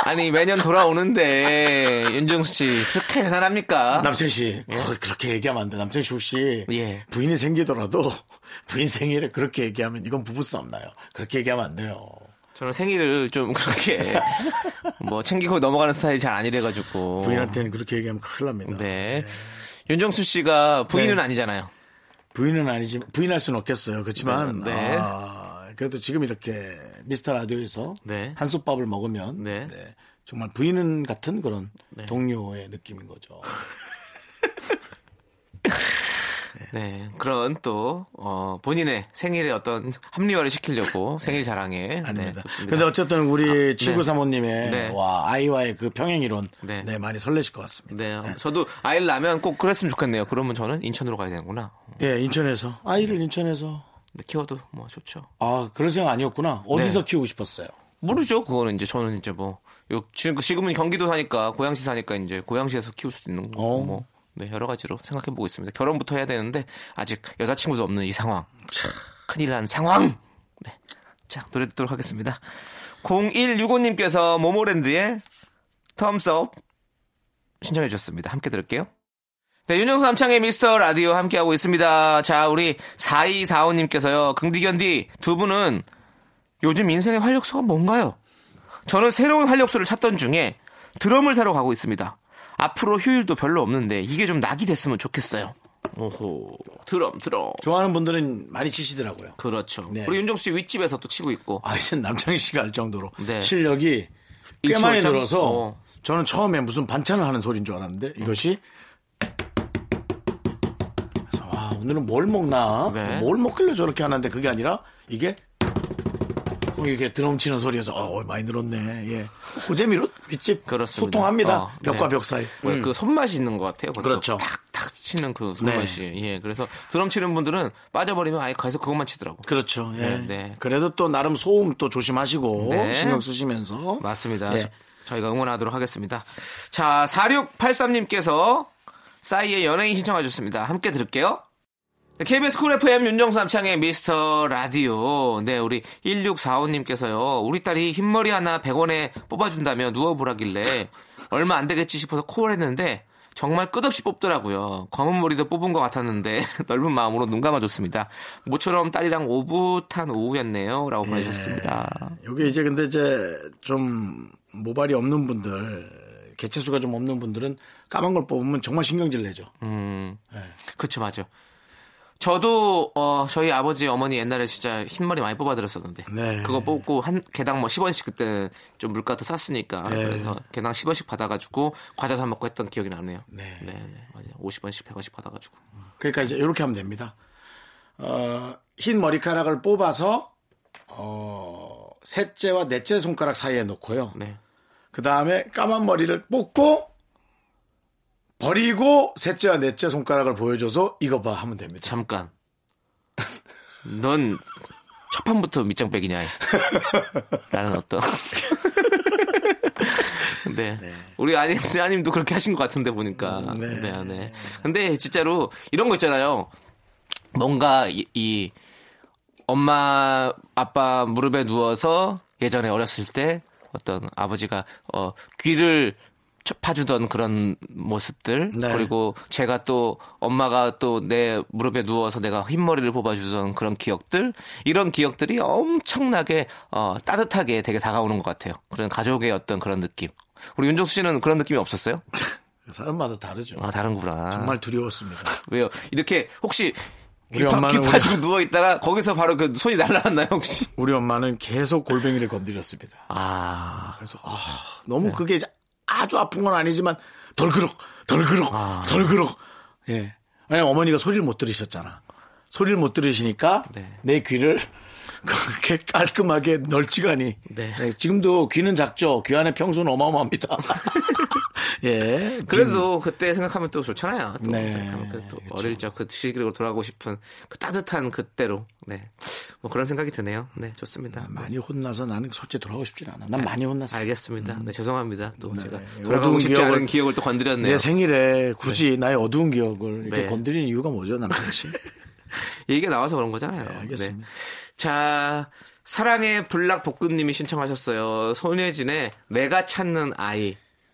Speaker 3: 아니 매년 돌아오는데 윤정수 씨 그렇게 대단합니까?
Speaker 2: 남창 씨, 어, 그렇게 얘기하면 안 돼. 남창 씨 혹시
Speaker 3: 예.
Speaker 2: 부인이 생기더라도 부인 생일에 그렇게 얘기하면 이건 부부싸움 나요. 그렇게 얘기하면 안 돼요.
Speaker 3: 저는 생일을 좀 그렇게 뭐 챙기고 넘어가는 스타일이 잘 아니래가지고
Speaker 2: 부인한테는 그렇게 얘기하면 큰일 납니다.
Speaker 3: 어. 네 윤정수 씨가
Speaker 2: 네.
Speaker 3: 부인은 아니잖아요.
Speaker 2: 부인은 아니지만 부인할 수는 없겠어요. 그렇지만
Speaker 3: 네, 네.
Speaker 2: 아, 그래도 지금 이렇게 미스터 라디오에서
Speaker 3: 네.
Speaker 2: 한솥밥을 먹으면
Speaker 3: 네.
Speaker 2: 네, 정말 부인은 같은 그런 동료의 느낌인 거죠.
Speaker 3: 네 그런 또 어, 본인의 생일에 어떤 합리화를 시키려고 생일 자랑에
Speaker 2: 네. 아닙니다.
Speaker 3: 네, 좋습니다. 아,
Speaker 2: 근데 어쨌든 우리 칠구 사모님의
Speaker 3: 네.
Speaker 2: 와 아이와의 그 평행 이론
Speaker 3: 네.
Speaker 2: 네. 많이 설레실 것 같습니다.
Speaker 3: 네, 저도 아이를 낳으면 꼭 그랬으면 좋겠네요. 그러면 저는 인천으로 가야 되는구나.
Speaker 2: 예, 인천에서 아이를 인천에서
Speaker 3: 근데 키워도 뭐 좋죠.
Speaker 2: 아 그런 생각 아니었구나. 어디서
Speaker 3: 네.
Speaker 2: 키우고 싶었어요?
Speaker 3: 모르죠. 그거는 이제 저는 이제 뭐 요- 지금 지금은 경기도 사니까 고양시 사니까 이제 고양시에서 키울 수도 있는 거고
Speaker 2: 어.
Speaker 3: 뭐 네, 여러 가지로 생각해 보고 있습니다. 결혼부터 해야 되는데 아직 여자친구도 없는 이 상황. 큰일 난 상황. 네. 자, 노래 듣도록 하겠습니다. 0165님께서 모모랜드의 텀스업 신청해 주셨습니다. 함께 들을게요. 네, 윤영수 남창의 미스터 라디오 함께하고 있습니다. 자, 우리 4245님께서요. 긍디견디 두 분은 요즘 인생의 활력소가 뭔가요? 저는 새로운 활력소를 찾던 중에 드럼을 사러 가고 있습니다. 앞으로 휴일도 별로 없는데 이게 좀 낙이 됐으면 좋겠어요. 오호, 드럼, 드럼.
Speaker 2: 좋아하는 분들은 많이 치시더라고요.
Speaker 3: 그렇죠.
Speaker 2: 네.
Speaker 3: 우리 윤정수 씨 윗집에서 또 치고 있고.
Speaker 2: 아, 이제 남창희 씨가 알 정도로
Speaker 3: 네.
Speaker 2: 실력이 꽤
Speaker 3: 일치월장?
Speaker 2: 많이 늘어서
Speaker 3: 어.
Speaker 2: 저는 처음에 무슨 반찬을 하는 소리인 줄 알았는데 이것이 그래서 와, 오늘은 뭘 먹나?
Speaker 3: 네.
Speaker 2: 뭘 먹길래 저렇게 하는데 그게 아니라 이게 어, 이렇게 드럼 치는 소리에서 어, 많이 늘었네. 예. 고재미로 윗집
Speaker 3: 그렇습니다.
Speaker 2: 소통합니다.
Speaker 3: 어, 네.
Speaker 2: 벽과 벽 사이.
Speaker 3: 뭐야,
Speaker 2: 음.
Speaker 3: 그 손맛이 있는 것 같아요. 그것도.
Speaker 2: 그렇죠. 네.
Speaker 3: 탁탁 치는 그 손맛이. 예, 그래서 드럼 치는 분들은 빠져버리면 아예 가서 그것만 치더라고.
Speaker 2: 그렇죠. 예.
Speaker 3: 네, 네.
Speaker 2: 그래도 또 나름 소음 또 조심하시고
Speaker 3: 네.
Speaker 2: 신경 쓰시면서
Speaker 3: 맞습니다.
Speaker 2: 예.
Speaker 3: 저희가 응원하도록 하겠습니다. 자, 4683님께서 싸이의 연예인 신청하셨습니다. 함께 들을게요. 네, KBS 쿨 FM 윤정수 남창의 미스터 라디오. 네, 우리 1645님께서요. 우리 딸이 흰머리 하나 100원에 뽑아준다며 누워보라길래 얼마 안 되겠지 싶어서 콜 했는데 정말 끝없이 뽑더라고요. 검은 머리도 뽑은 것 같았는데 넓은 마음으로 눈 감아줬습니다. 모처럼 딸이랑 오붓한 오후였네요. 라고 보내셨습니다.
Speaker 2: 요게 이제 근데 이제 좀 모발이 없는 분들, 개체수가 좀 없는 분들은 까만 걸 뽑으면 정말 신경질 내죠.
Speaker 3: 음.
Speaker 2: 네.
Speaker 3: 그쵸, 맞아. 저도, 어, 저희 아버지, 어머니 옛날에 진짜 흰머리 많이 뽑아드렸었는데.
Speaker 2: 네.
Speaker 3: 그거 뽑고, 한, 개당 뭐 10원씩 그때 좀 물가도 쌌으니까.
Speaker 2: 네.
Speaker 3: 그래서 개당 10원씩 받아가지고, 과자 사먹고 했던 기억이 나네요.
Speaker 2: 네.
Speaker 3: 네, 네, 맞아요. 50원씩, 100원씩 받아가지고.
Speaker 2: 그러니까 이제 이렇게 하면 됩니다. 어, 흰 머리카락을 뽑아서 어, 셋째와 넷째 손가락 사이에 놓고요.
Speaker 3: 네.
Speaker 2: 그 다음에 까만 머리를 뽑고 버리고 셋째와 넷째 손가락을 보여줘서 이거 봐 하면 됩니다.
Speaker 3: 잠깐. 넌, 첫 판부터 밑장빼기냐. 라는 어떤. 네. 우리 아니, 아님도 그렇게 하신 것 같은데 보니까.
Speaker 2: 네.
Speaker 3: 네. 네, 근데 진짜로 이런 거 있잖아요. 뭔가 이, 이 엄마, 아빠 무릎에 누워서 예전에 어렸을 때 어떤 아버지가 어, 귀를 쳐- 파주던 그런 모습들
Speaker 2: 네.
Speaker 3: 그리고 제가 또 엄마가 또 내 무릎에 누워서 내가 흰머리를 뽑아주던 그런 기억들 이런 기억들이 엄청나게 어, 따뜻하게 되게 다가오는 것 같아요. 그런 가족의 어떤 그런 느낌. 우리 윤정수 씨는 그런 느낌이 없었어요?
Speaker 2: 사람마다 다르죠.
Speaker 3: 아 다른구나.
Speaker 2: 정말 두려웠습니다.
Speaker 3: 왜요? 이렇게 혹시
Speaker 2: 우리
Speaker 3: 귀 파-
Speaker 2: 엄마는
Speaker 3: 귀
Speaker 2: 우리-
Speaker 3: 파지고 누워 있다가 거기서 바로 그 손이 날라왔나요 혹시?
Speaker 2: 우리 엄마는 계속 골뱅이를 건드렸습니다.
Speaker 3: 아
Speaker 2: 그래서 아, 너무 그게 이제 아주 아픈 건 아니지만 덜그럭 덜그럭 덜그럭 예 아니 어머니가 소리를 못 들으셨잖아 소리를 못 들으시니까
Speaker 3: 네.
Speaker 2: 내 귀를 그렇게 깔끔하게 널찍하니
Speaker 3: 네.
Speaker 2: 예, 지금도 귀는 작죠 귀 안에 평수는 어마어마합니다 예
Speaker 3: 그래도 그때 생각하면 또 좋잖아요. 또
Speaker 2: 네,
Speaker 3: 생각하면 그래도 또 어릴 적 그 시기로 돌아가고 싶은 그 따뜻한 그때로 네. 뭐 그런 생각이 드네요. 네, 좋습니다.
Speaker 2: 귀 많이 혼나서 나는 솔직히 돌아오고 싶진 않아 난 많이 혼났어
Speaker 3: 알겠습니다. 네, 죄송합니다. 또 제가
Speaker 2: 음. 네.
Speaker 3: 돌아가고
Speaker 2: 어두운
Speaker 3: 싶지
Speaker 2: 기억을-
Speaker 3: 않은 기억을 또 건드렸네요.
Speaker 2: 내 생일에 굳이 나의 어두운 기억을 이렇게
Speaker 3: 네.
Speaker 2: 건드리는 이유가 뭐죠 남편 씨
Speaker 3: 얘기가 나와서 그런 거잖아요. 네,
Speaker 2: 알겠습니다.
Speaker 3: 자, 사랑의 불락 볶음님이 신청하셨어요. 손예진의 내가 찾는 아이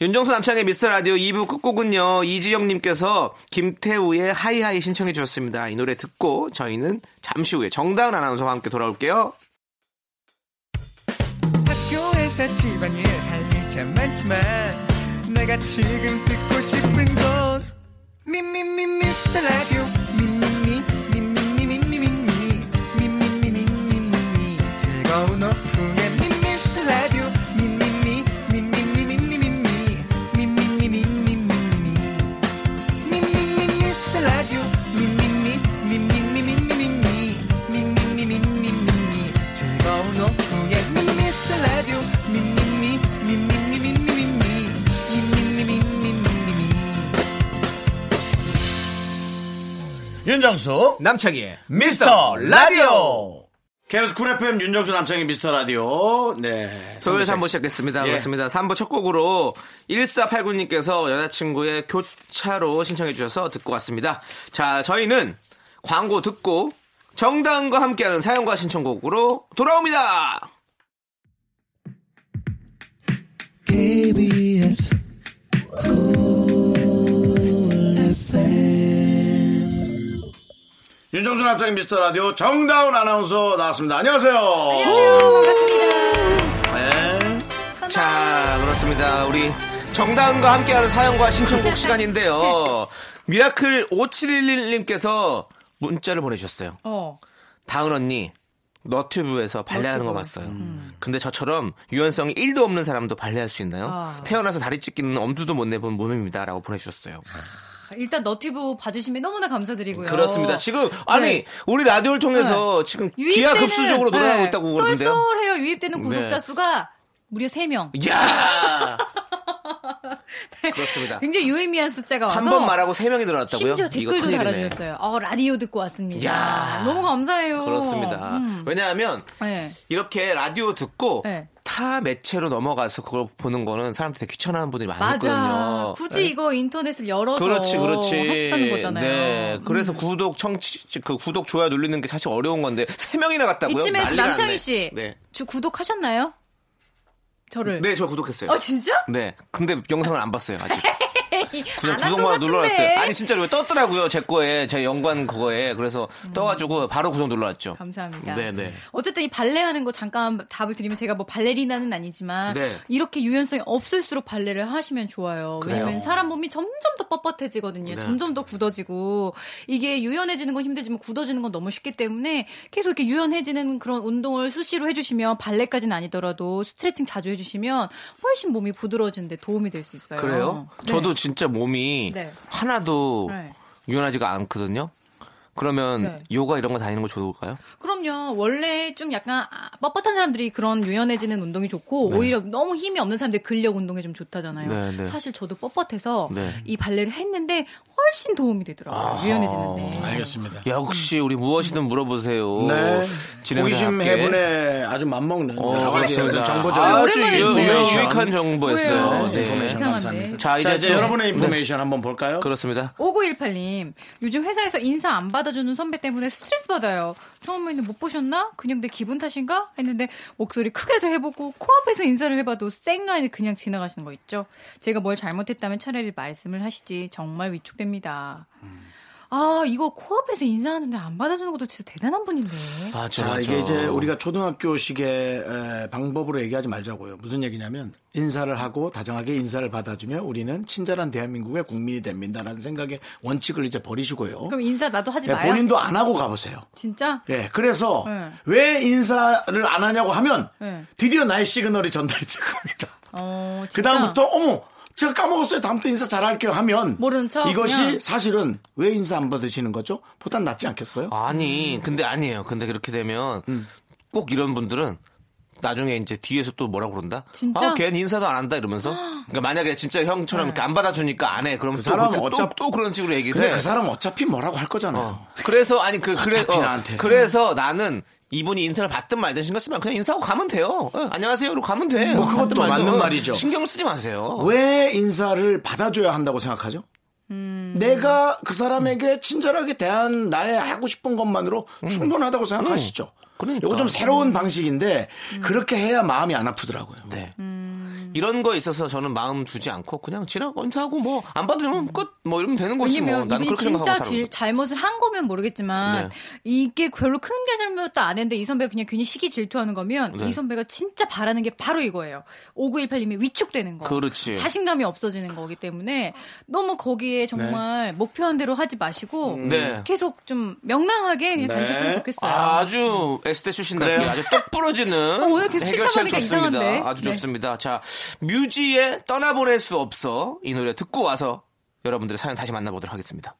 Speaker 3: 윤정수 남창의 미스터 라디오 2부 끝곡은요 이지영님께서 김태우의 하이하이 신청해 주셨습니다 이 노래 듣고 저희는 잠시 후에 정다은 아나운서와 함께 돌아올게요
Speaker 7: 학교에서 집안일 할 일 참 많지만 내가 지금 듣고 싶은 건 미미미 미스터 라디오 미미미 미미미 미미미 미미미 미미미 즐거운 오후에 미스터 라디오 미미미 미미미 미미미 미미미 미미미
Speaker 6: 윤정수 남창희의 미스터 라디오
Speaker 2: KBS 쿨 FM 윤정수 남창의 미스터 라디오 네
Speaker 3: 토요일 3부 시작했습니다.
Speaker 2: 예.
Speaker 3: 그렇습니다. 3부 첫 곡으로 1489님께서 여자친구의 교차로 신청해 주셔서 듣고 왔습니다. 자, 저희는 광고 듣고 정다은과 함께하는 사연과 신청곡으로 돌아옵니다.
Speaker 4: KBS
Speaker 2: 윤정수 남창의 미스터 라디오 정다운 아나운서 나왔습니다 안녕하세요
Speaker 5: 안녕하세요. 반갑습니다.
Speaker 3: 아, 그렇습니다. 우리 정다은과 함께하는 사연과 신청곡 시간인데요. 미라클 5711님께서 문자를 보내주셨어요.
Speaker 8: 어.
Speaker 3: 다은 언니 너튜브에서 발레하는 거 봤어요.
Speaker 8: 음.
Speaker 3: 근데 저처럼 유연성이 1도 없는 사람도 발레할 수 있나요?
Speaker 8: 아.
Speaker 3: 태어나서 다리 찢기는 엄두도 못 내본 몸입니다라고 보내주셨어요.
Speaker 8: 아. 일단 너튜브 봐주시면 너무나 감사드리고요.
Speaker 3: 그렇습니다. 지금 아니 우리 라디오를 통해서 지금
Speaker 8: 네. 유입
Speaker 3: 기하
Speaker 8: 때는,
Speaker 3: 급수적으로 늘어나고
Speaker 8: 네,
Speaker 3: 있다고 그러는데요.
Speaker 8: 쏠쏠해요. 유입되는 구독자
Speaker 3: 네.
Speaker 8: 수가 무려 3명.
Speaker 3: 야
Speaker 8: 네.
Speaker 3: 그렇습니다.
Speaker 8: 굉장히 유의미한 숫자가 와서
Speaker 3: 한 번 말하고 세 명이 늘어났다고요?
Speaker 8: 심지어
Speaker 3: 이거
Speaker 8: 댓글도
Speaker 3: 큰일이네.
Speaker 8: 달아주셨어요. 어, 라디오 듣고 왔습니다.
Speaker 3: 야.
Speaker 8: 너무 감사해요.
Speaker 3: 그렇습니다.
Speaker 8: 음.
Speaker 3: 왜냐하면
Speaker 8: 네.
Speaker 3: 이렇게 라디오 듣고
Speaker 8: 네.
Speaker 3: 타 매체로 넘어가서 그걸 보는 거는 사람들이 귀찮아하는 분들이 많거든요. 네.
Speaker 8: 맞아. 굳이 이거 인터넷을 열어서
Speaker 3: 그렇지, 그렇지.
Speaker 8: 하셨다는 거잖아요.
Speaker 3: 네,
Speaker 8: 음.
Speaker 3: 그래서 구독 청취 그 구독 좋아요 누르는 게 사실 어려운 건데 세 명이나 갔다고요?
Speaker 8: 이쯤에서
Speaker 3: 아, 난리가 났네.
Speaker 8: 남창희 씨,
Speaker 3: 네,
Speaker 8: 주 구독하셨나요? 저를.
Speaker 3: 네, 저 구독했어요.
Speaker 8: 어 진짜?
Speaker 3: 네, 근데 영상을 안 봤어요 아직. 그냥
Speaker 8: 안한것
Speaker 3: 구독만
Speaker 8: 같은데.
Speaker 3: 눌러놨어요. 아니 진짜로 왜 떴더라고요 제 거에 제 연관 그거에 그래서 떠가지고 바로 구독 눌러놨죠.
Speaker 8: 감사합니다.
Speaker 3: 네네.
Speaker 8: 어쨌든 이 발레하는 거 잠깐 답을 드리면 제가 뭐 발레리나는 아니지만
Speaker 3: 네.
Speaker 8: 이렇게 유연성이 없을수록 발레를 하시면 좋아요.
Speaker 3: 그래요.
Speaker 8: 왜냐면 사람 몸이 점점 더
Speaker 3: 네.
Speaker 8: 뻣뻣해지거든요. 점점 더 굳어지고 이게 유연해지는 건 힘들지만 굳어지는 건 너무 쉽기 때문에 계속 이렇게 유연해지는 그런 운동을 수시로 해주시면 발레까지는 아니더라도 스트레칭 자주 해주시면 훨씬 몸이 부드러워지는데 도움이 될 수 있어요.
Speaker 3: 그래요?
Speaker 8: 네.
Speaker 3: 저도 진짜 몸이
Speaker 8: 네.
Speaker 3: 하나도
Speaker 8: 네.
Speaker 3: 유연하지가 않거든요. 그러면
Speaker 8: 네.
Speaker 3: 요가 이런 거 다니는 거 좋을까요?
Speaker 8: 그럼요. 원래 좀 약간 아, 뻣뻣한 사람들이 그런 유연해지는 운동이 좋고 오히려 너무 힘이 없는 사람들 근력 운동이 좀 좋다잖아요.
Speaker 3: 네, 네.
Speaker 8: 사실 저도 뻣뻣해서
Speaker 3: 네.
Speaker 8: 이 발레를 했는데 훨씬 도움이 되더라고요. 유연해지는데.
Speaker 2: 알겠습니다.
Speaker 3: 역시 우리 무엇이든 물어보세요.
Speaker 2: 네.
Speaker 3: 진행자
Speaker 2: 호기심
Speaker 3: 함께.
Speaker 2: 해분에 아주 맞먹는
Speaker 3: 어,
Speaker 2: 사과드리는
Speaker 3: 맞습니다.
Speaker 2: 정보적인
Speaker 8: 아,
Speaker 3: 아주
Speaker 8: 오랜만에
Speaker 3: 유-
Speaker 8: 듣네요.
Speaker 3: 유익한 정보였어요.
Speaker 8: 뭐예요?
Speaker 3: 네.
Speaker 2: 인포메이션
Speaker 8: 이상한데.
Speaker 2: 감사합니다.
Speaker 3: 자, 아, 이제,
Speaker 2: 자, 이제
Speaker 3: 또-
Speaker 2: 여러분의
Speaker 3: 네,
Speaker 2: 인포메이션 한번 볼까요?
Speaker 3: 그렇습니다.
Speaker 8: 5918님, 요즘 회사에서 인사 안 받아주는 선배 때문에 스트레스 받아요. 처음 에는못 보셨나? 그냥 내 기분 탓인가? 했는데 목소리 크게도 해보고 코앞에서 인사를 해봐도 쌩하니 그냥 지나가시는 거 있죠? 제가 뭘 잘못했다면 차라리 말씀을 하시지 정말 위축됩니다. 아, 이거 코앞에서 인사하는데 안 받아주는 것도 진짜 대단한 분인데.
Speaker 3: 그렇죠, 맞아,
Speaker 2: 자, 이게 이제 우리가 초등학교식의 에, 방법으로 얘기하지 말자고요. 무슨 얘기냐면 인사를 하고 다정하게 인사를 받아주며 우리는 친절한 대한민국의 국민이 됩니다라는 생각의 원칙을 이제 버리시고요.
Speaker 8: 그럼 인사 나도 하지
Speaker 2: 예,
Speaker 8: 마요.
Speaker 2: 본인도 안 하고 가보세요.
Speaker 8: 진짜?
Speaker 2: 예, 그래서
Speaker 8: 네.
Speaker 2: 왜 인사를 안 하냐고 하면
Speaker 8: 네.
Speaker 2: 드디어 나의 시그널이 전달이 될 겁니다.
Speaker 8: 어, 진짜?
Speaker 2: 그 다음부터 어머 제가 까먹었어요. 다음부터 인사 잘할게요 하면
Speaker 8: 모르는 척
Speaker 2: 이것이
Speaker 8: 그냥.
Speaker 2: 사실은 왜 인사 안 받으시는 거죠? 보단 낫지 않겠어요? 음.
Speaker 3: 아니, 근데 아니에요. 근데 그렇게 되면 꼭 이런 분들은 나중에 이제 뒤에서 또 뭐라 그런다?
Speaker 8: 진짜?
Speaker 3: 아, 걔는 인사도 안 한다 이러면서. 그러니까 만약에 진짜 형처럼 이렇게 안 받아주니까 안 해. 그러면 또,
Speaker 2: 네. 사람은
Speaker 3: 그렇게 또,
Speaker 2: 어차피-
Speaker 3: 또 그런 식으로 얘기를
Speaker 2: 근데
Speaker 3: 해.
Speaker 2: 그 사람 어차피 뭐라고 할 거잖아요.
Speaker 3: 그래서 아니 그 그래
Speaker 2: 어차피 나한테.
Speaker 3: 그래서 나는 이분이 인사를 받든 말든 신경 쓰면 그냥 인사하고 가면 돼요. 어, 안녕하세요. 이러고 가면 돼.
Speaker 2: 뭐 그것도
Speaker 3: 받든 말든.
Speaker 2: 맞는 말이죠.
Speaker 3: 신경 쓰지 마세요.
Speaker 2: 왜 인사를 받아줘야 한다고 생각하죠?
Speaker 8: 음.
Speaker 2: 내가 그 사람에게 친절하게 대한 나의 하고 싶은 것만으로 충분하다고 생각하시죠.
Speaker 3: 음. 그러니까.
Speaker 2: 이거 좀 새로운 방식인데
Speaker 8: 음.
Speaker 2: 그렇게 해야 마음이 안 아프더라고요.
Speaker 3: 네. 이런 거 있어서 저는 마음 주지 않고 그냥 지나고 인사하고 뭐 안 받으면 끝 뭐 이러면 되는 거지 뭐.
Speaker 8: 왜냐면
Speaker 3: 나는
Speaker 8: 이분이
Speaker 3: 그렇게
Speaker 8: 진짜
Speaker 3: 생각하고 살아.
Speaker 8: 질- 잘못을 한 거면 모르겠지만
Speaker 3: 네.
Speaker 8: 이게 별로 큰 게 잘못도 안 했는데 이 선배가 그냥 괜히 시기 질투하는 거면
Speaker 3: 네.
Speaker 8: 이 선배가 진짜 바라는 게 바로 이거예요. 5918님이 위축되는 거.
Speaker 3: 그렇지.
Speaker 8: 자신감이 없어지는 거기 때문에 너무 거기에 정말 목표한 대로 하지 마시고
Speaker 3: 네.
Speaker 8: 계속 좀 명랑하게 그냥
Speaker 2: 네.
Speaker 8: 다니셨으면 좋겠어요.
Speaker 3: 아주 에스테 출신답게
Speaker 2: 그래요?
Speaker 3: 아주 똑 부러지는
Speaker 8: 어, 왜 계속
Speaker 3: 해결책 좋습니다.
Speaker 8: 칭찬하니까 이상한데?
Speaker 3: 아주
Speaker 8: 네.
Speaker 3: 좋습니다. 자, 뮤지의 떠나보낼 수 없어 이 노래 듣고 와서 여러분들의 사연 다시 만나보도록 하겠습니다.